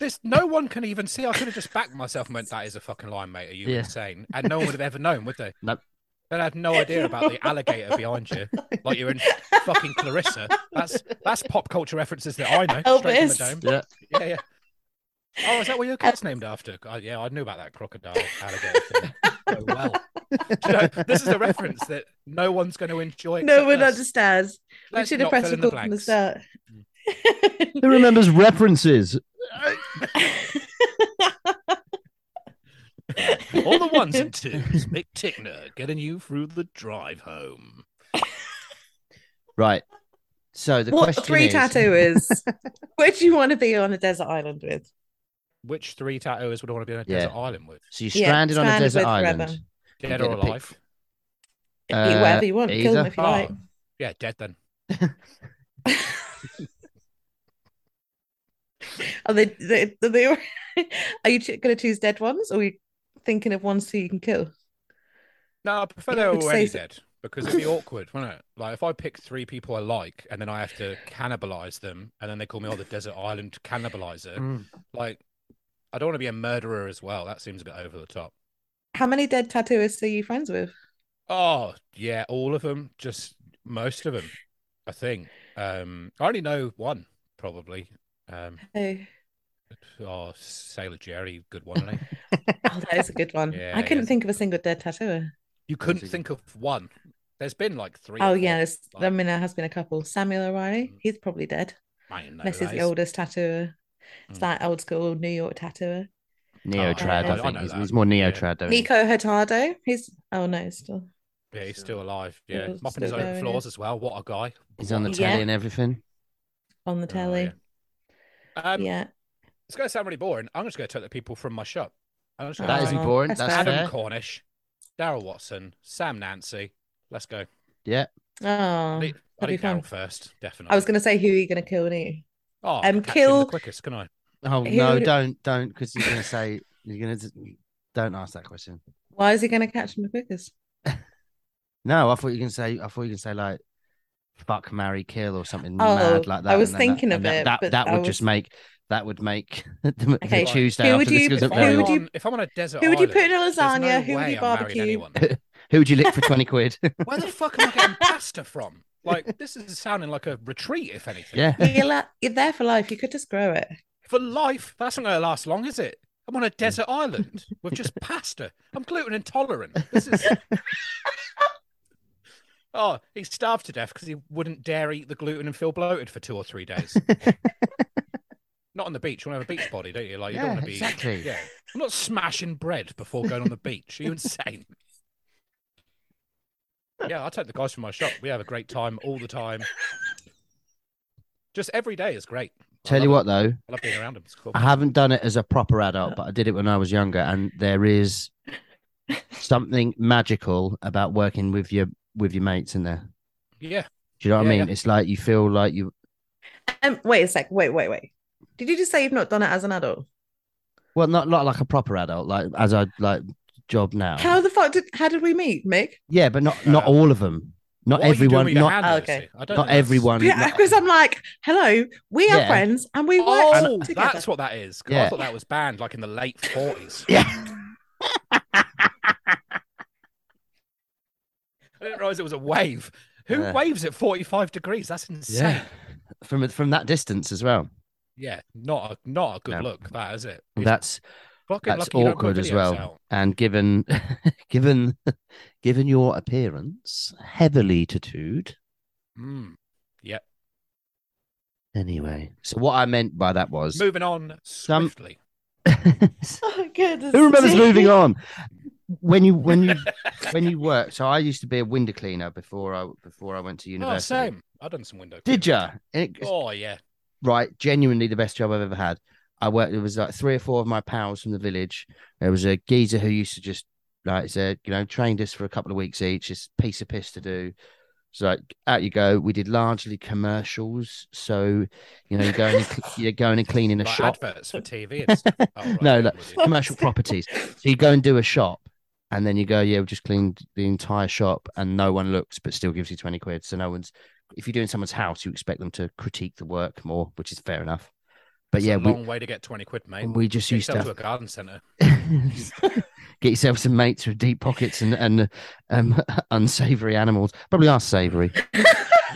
This no one can even see. I could have just backed myself and went, "That is a fucking lie, mate. Are you Yeah. insane?" And no one would have ever known, would they? Nope. They'd had no idea about the alligator behind you, like you're in fucking Clarissa. That's that's pop culture references that I know. Straight from the Elvis. dome. Yeah. Yeah, yeah. Oh, is that what your cat's named after? Oh, yeah, I knew about that crocodile alligator. Thing. So well, Do you know, this is a reference that no one's going to enjoy. No except one us. understands. We Let's should have not pressed fill in the record from the blanks. start. Who remembers references? Mm. All the ones and twos. Mick Tickner getting you through the drive home. Right. So the what question three is, tattoo is? Where do you want to be on a desert island with? Which three tattooers would I want to be on a Yeah. desert island with? So you're Yeah, stranded on a stranded desert with island. Brabham. Dead get or to pick alive? Eat Uh, whatever you want, kill them either. if you Oh. like. Yeah, dead then. Are they? they, are, they are you going to choose dead ones, or are you thinking of ones who you can kill? No, I prefer Yeah, they're I'd say already so. dead because it'd be awkward, wouldn't it? Like if I pick three people I like and then I have to cannibalize them and then they call me oh the desert island cannibalizer. Mm. Like I don't want to be a murderer as well. That seems a bit over the top. How many dead tattooists are you friends with? Oh yeah, all of them, just most of them, I think. Um, I only know one probably. Um, Hey. oh, Sailor Jerry, good one. Isn't he? Oh, that is a good one. Yeah, I couldn't yeah. think of a single dead tattooer. You couldn't That's a think of one. There's been like three. Oh or yeah, four. there's, I Like- mean there has been a couple. Samuel O'Reilly, he's probably dead. I didn't know Unless he's that. the oldest tattooer. It's Mm. that old school New York tattooer. Neo trad, Oh, I I think. know He's, that. he's more neo Yeah. trad, don't he? Nico Hurtado, he's oh no, he's still Yeah, he's still alive. Yeah, Yeah, he's mopping his still there, own yeah. floors as well. What a guy! He's on the Yeah. telly and everything. on the Oh, telly. yeah. Um, yeah. It's going to sound really boring. I'm just going to take the people from my shop. I'm just gonna That is take Oh, boring. that's That's fair. Adam fair. Cornish, Daryl Watson, Sam Nancy. Let's go. Oh. I need, I that'd need be fun. Daryl first, definitely. I was gonna say who are you gonna kill new? Oh, um, catch him kill- the quickest, can I? Oh Who no, would- don't, don't, because you're gonna say you're gonna don't ask that question. Why is he gonna catch him the quickest? No, I thought you were gonna say. I thought you were gonna say like fuck, marry, kill, or something Oh, mad like that. I was and then thinking that, of and that- it, That, but that I would was- just make that would make the, Okay, the Tuesday who after would this you- goes If up who I'm very would long. you- on- if I'm on a desert Who would you put in island, a there's no lasagna? Who way would you I'm marrying barbecue? anyone. Who would you lick for twenty quid? Where the fuck am I getting pasta from? Like this is sounding like a retreat, if anything. yeah. You're, la- you're there for life. You could just grow it. For life, that's not going to last long, is it? I'm on a desert island with just pasta. I'm gluten intolerant. This is. oh, he starved to death because he wouldn't dare eat the gluten and feel bloated for two or three days. not on the beach. You want to have a beach body, don't Oh, you? Like you don't Yeah, want to be. exactly. Yeah. I'm not smashing bread before going on the beach. Are you insane? yeah, I take the guys from my shop. We have a great time all the time. Just every day is great. I Tell you love what it. though, I love being around them. It's cool. I haven't done it as a proper adult, but I did it when I was younger, and there is something magical about working with your with your mates in there. Yeah. Do you know what I Yeah, mean? It's like you feel like you. Um, wait a sec. Wait, wait, wait. Did you just say you've not done it as an adult? Well, not not like a proper adult, like as I like job now. How the fuck did how did we meet, Mick? Yeah, but not not Uh, all of them. Not What are you doing everyone. with your Not hand, Oh, Lucy? okay. I don't not think that's- everyone. Yeah, not- because I'm like, hello, we are Yeah. friends and we work Oh, together. that's what that is. 'Cause Yeah. I thought that was banned like in the late forties. yeah, I didn't realize it was a wave. Who Yeah. waves at forty-five degrees? That's insane. yeah. Yeah, From from that distance as well. not a not a No. good look. That is it. It's That's fucking that's lucky you don't put awkward as videos well. out. And given given given your appearance, heavily tattooed. Mm. Anyway, so what I meant by that was Moving on Some- swiftly. Ah, who Oh, goodness. remembers moving on when you when you when you work. So I used to be a window cleaner before I before I went to Oh, university. same. I've done some window. Did cleaning. ya? And it- Oh yeah. right, genuinely the best job I've ever had. I worked. It was like three or four of my pals from the village. There was a geezer who used to just like said, you know, trained us for a couple of weeks each. It's a piece of piss to do. So like, out you go. We did largely commercials. So, you know, you're going, and cl- you're going and cleaning a Like shop. adverts for TV and stuff. Oh, right, No, I'm like- with you. commercial properties. So you go and do a shop, and then you go, yeah, we just cleaned the entire shop, and no one looks, but still gives you twenty quid. So no one's. If you're doing someone's house, you expect them to critique the work more, which is fair enough. But yeah, a we, long way to get twenty quid, mate. we just Get used to yourself have to a garden centre. get yourself some mates with deep pockets and and um, unsavory animals. Probably are savory,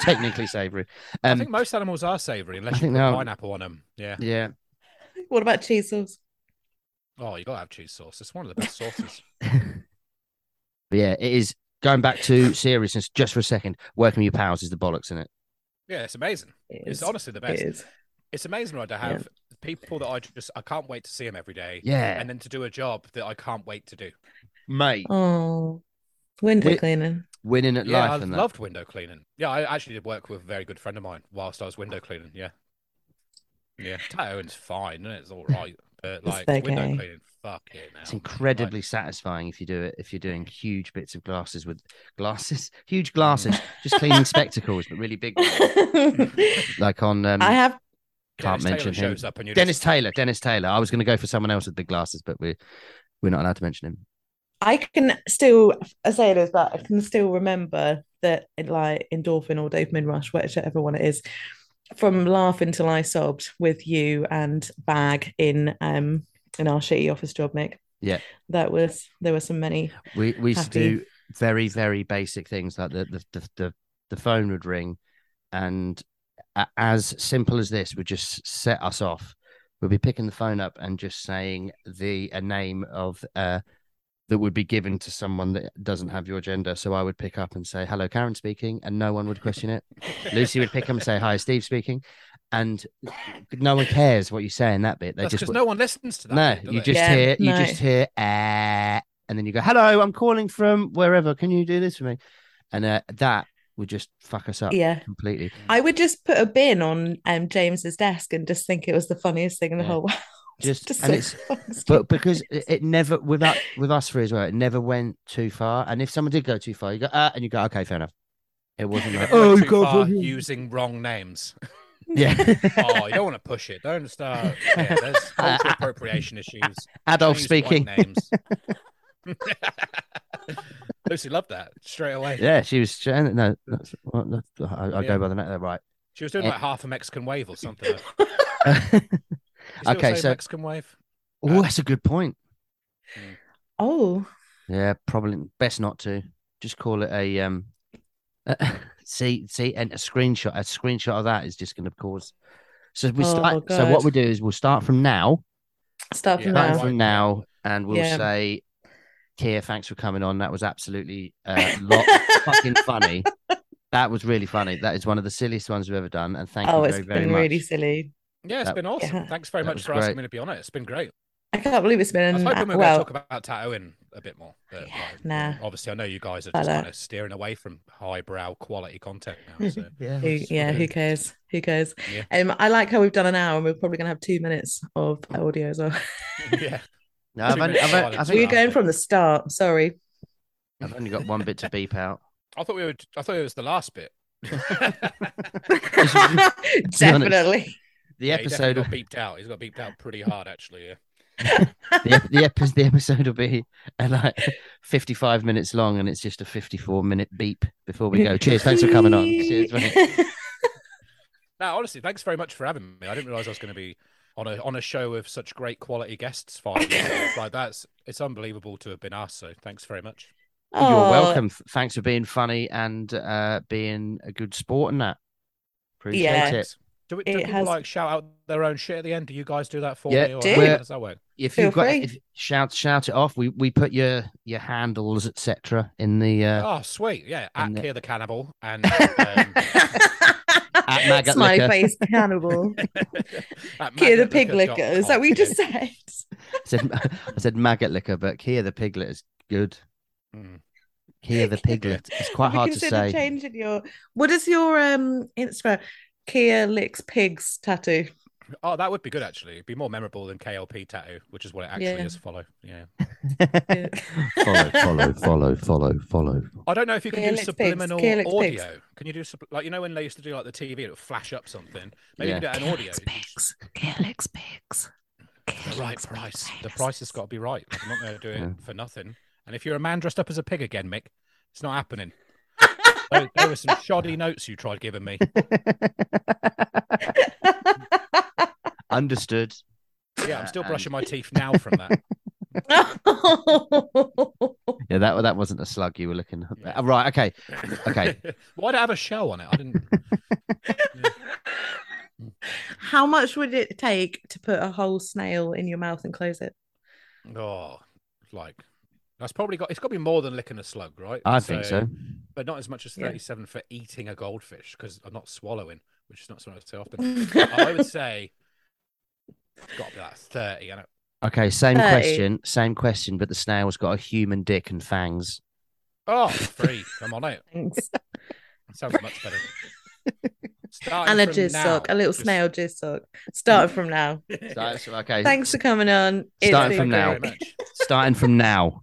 technically savory. I Um, think most animals are savoury I unless you think put they are. pineapple on them. Yeah. yeah, What about cheese sauce? Oh, you got to have cheese sauce. It's one of the best sauces. but yeah, it is going back to seriousness just for a second. Working with your pals is the bollocks in it. yeah, it's amazing. It It's is. honestly the It best. is. It's amazing, right? To Yeah. have people that I just I can't wait to see them every day, Yeah, and then to do a job that I can't wait to do. mate, Oh, window Wait. cleaning. winning at Yeah, life I and that. loved window cleaning. Yeah, I actually did work with a very good friend of mine whilst I was window cleaning. Yeah, yeah. Tat Owen's fine, and it's all right, but like window okay. cleaning, fuck it. Now. It's incredibly satisfying if you do it. If you're doing huge bits of glasses with glasses, huge glasses, just cleaning spectacles, but really big. ones. I Like on um, have. Can't Dennis Taylor mention him. shows up and you Dennis just- Taylor. Dennis Taylor. I was going to go for someone else with big glasses, but we're we're not allowed to mention him. I can still. I say this, but I can still remember that, like endorphin or dopamine rush, whichever one it is, from laughing till I sobbed with you and Bag in um in our shitty office job, Nick. Yeah. that was there were so many. We we used to Happy. do very very basic things like the the the the, the phone would ring, and a- as simple as this would just set us off. We'd be picking the phone up and just saying the a name of uh that would be given to someone that doesn't have your gender. So I would pick up and say hello, Karen speaking, and no one would question it. Lucy would pick up and say hi, Steve speaking, and no one cares what you say in that bit. They That's just because no one listens to that. No, bit, do you they? just Yeah, hear you no. just hear uh, and then you go, "Hello, I'm calling from wherever. Can you do this for me?" And uh, that would just fuck us up Yeah, completely. I would just put a bin on um James's desk and just think it was the funniest thing in the Yeah. whole world. Just- Just and so fucking But because it, it never with that with us three as well, it never went too far. And if someone did go too far, you go, "Uh," and you go, "Okay, fair enough." It wasn't like, Went "Oh, too you can't far put him." using wrong names. yeah." Oh, you don't want to push it. Don't start. Yeah, there's cultural appropriation issues. Adolf Use white speaking. Names. Lucy loved that straight away. Yeah, she was. she- No, that's, well, that's, I, I Yeah. go by the name. Right. She was doing Yeah. like half a Mexican wave or something. You still okay, say so Mexican wave. oh, that's a good point. Oh, Yeah, probably best not to. Just call it a um. see, see, and a screenshot. A screenshot of that is just going to cause. So we Oh, start. So what we do is we'll start from now. start Yeah. from Starting Right. now. from now, and we'll Yeah. say, "Kia, thanks for coming on. That was absolutely uh, lot fucking funny. That was really funny. That is one of the silliest ones we've ever done. And thank oh, you it's very, very been much. really silly. Yeah, it's That- been awesome. Yeah. Thanks very That much was for great. asking me to be on it. It's been great. I can't believe it's I was been hoping we were well. going to talk about tattooing a bit more. But Yeah, like, nah. uh, Obviously, I know you guys are I just know. kind of steering away from highbrow quality content now. So. Yeah, Who, yeah, who cares? Who cares? Yeah. Um, I like how we've done an hour, and we're probably going to have two minutes of audio as well. yeah. No, I've only, I've, Two minutes only, silence. I've, We're Were only, you go- going from the start. Sorry. I've only got one bit to beep out. I thought we were. I thought it was the last bit. Definitely. The Yeah, he definitely episode of got beeped out. He's got beeped out pretty hard, actually. Yeah. the, ep- the, epi- the episode will be uh, like 55 minutes long and it's just a 54 minute beep before we go cheers thanks for coming on Cheers, mate. No, honestly, thanks very much for having me. I didn't realize I was going to be on a on a show with such great quality guests. Five years ago. like that's it's unbelievable to have been asked. So thanks very much. Aw, Oh. you're welcome F- thanks for being funny and uh being a good sport and that appreciate Yeah. it Do, we, do It people has- like shout out their own shit at the end? Do you guys do that for Yeah, me? Or do. how does that work? if Feel you've got free. if, shout shout it off we we put your your handles etc in the uh Oh, sweet. Yeah. At and- Keir the Cannibal and um, At Maggot Smiley Licker. face cannibal. at Kia the pig maggot.com. licker. Is that what you just said? said, i said maggot liquor but kia the piglet is good Mm. kia the piglet it's quite Have you hard to considered say changing your what is your um Instagram? Kia licks pigs tattoo. Oh, that would be good actually. It'd be more memorable than KLP tattoo, which is what it actually Yeah. is. Follow. Yeah. Yeah. follow follow follow follow follow I don't know if you can Kia do licks pigs. subliminal Kia licks pigs. audio. Can you do sub- like you know when they used to do like the TV, it would flash up something. Maybe you Kia can do an audio. licks pigs. Kia licks pigs. The Kia right licks price. The pigs. price has got to be right. I'm not going to do it Yeah. for nothing. And if you're a man dressed up as a pig again, Mick, it's not happening. there, there were some shoddy notes you tried giving me. Understood. Yeah, I'm still Uh, brushing my teeth now from that. Yeah, that that wasn't a slug you were looking. at. Yeah. Uh, Right. Okay. Okay. Why'd I have a shell on it? I didn't. How much would it take to put a whole snail in your mouth and close it? Oh, like that's probably got. It's got to be more than licking a slug, right? I think so. but not as much as Yeah. 37 for eating a goldfish because I'm not swallowing, which is not something I say often. I would say got to be that 30. And Okay. Same Thirty. question. Same question. But the snail's got a human dick and fangs. oh, three. Come on out. Thanks. Sounds much better. Starting and a from jizz now, sock, a little just- snail jizz sock. Start from now. So, so, okay. Thanks for coming on. It's Starting been from Thank you now. great. very much. Starting from now.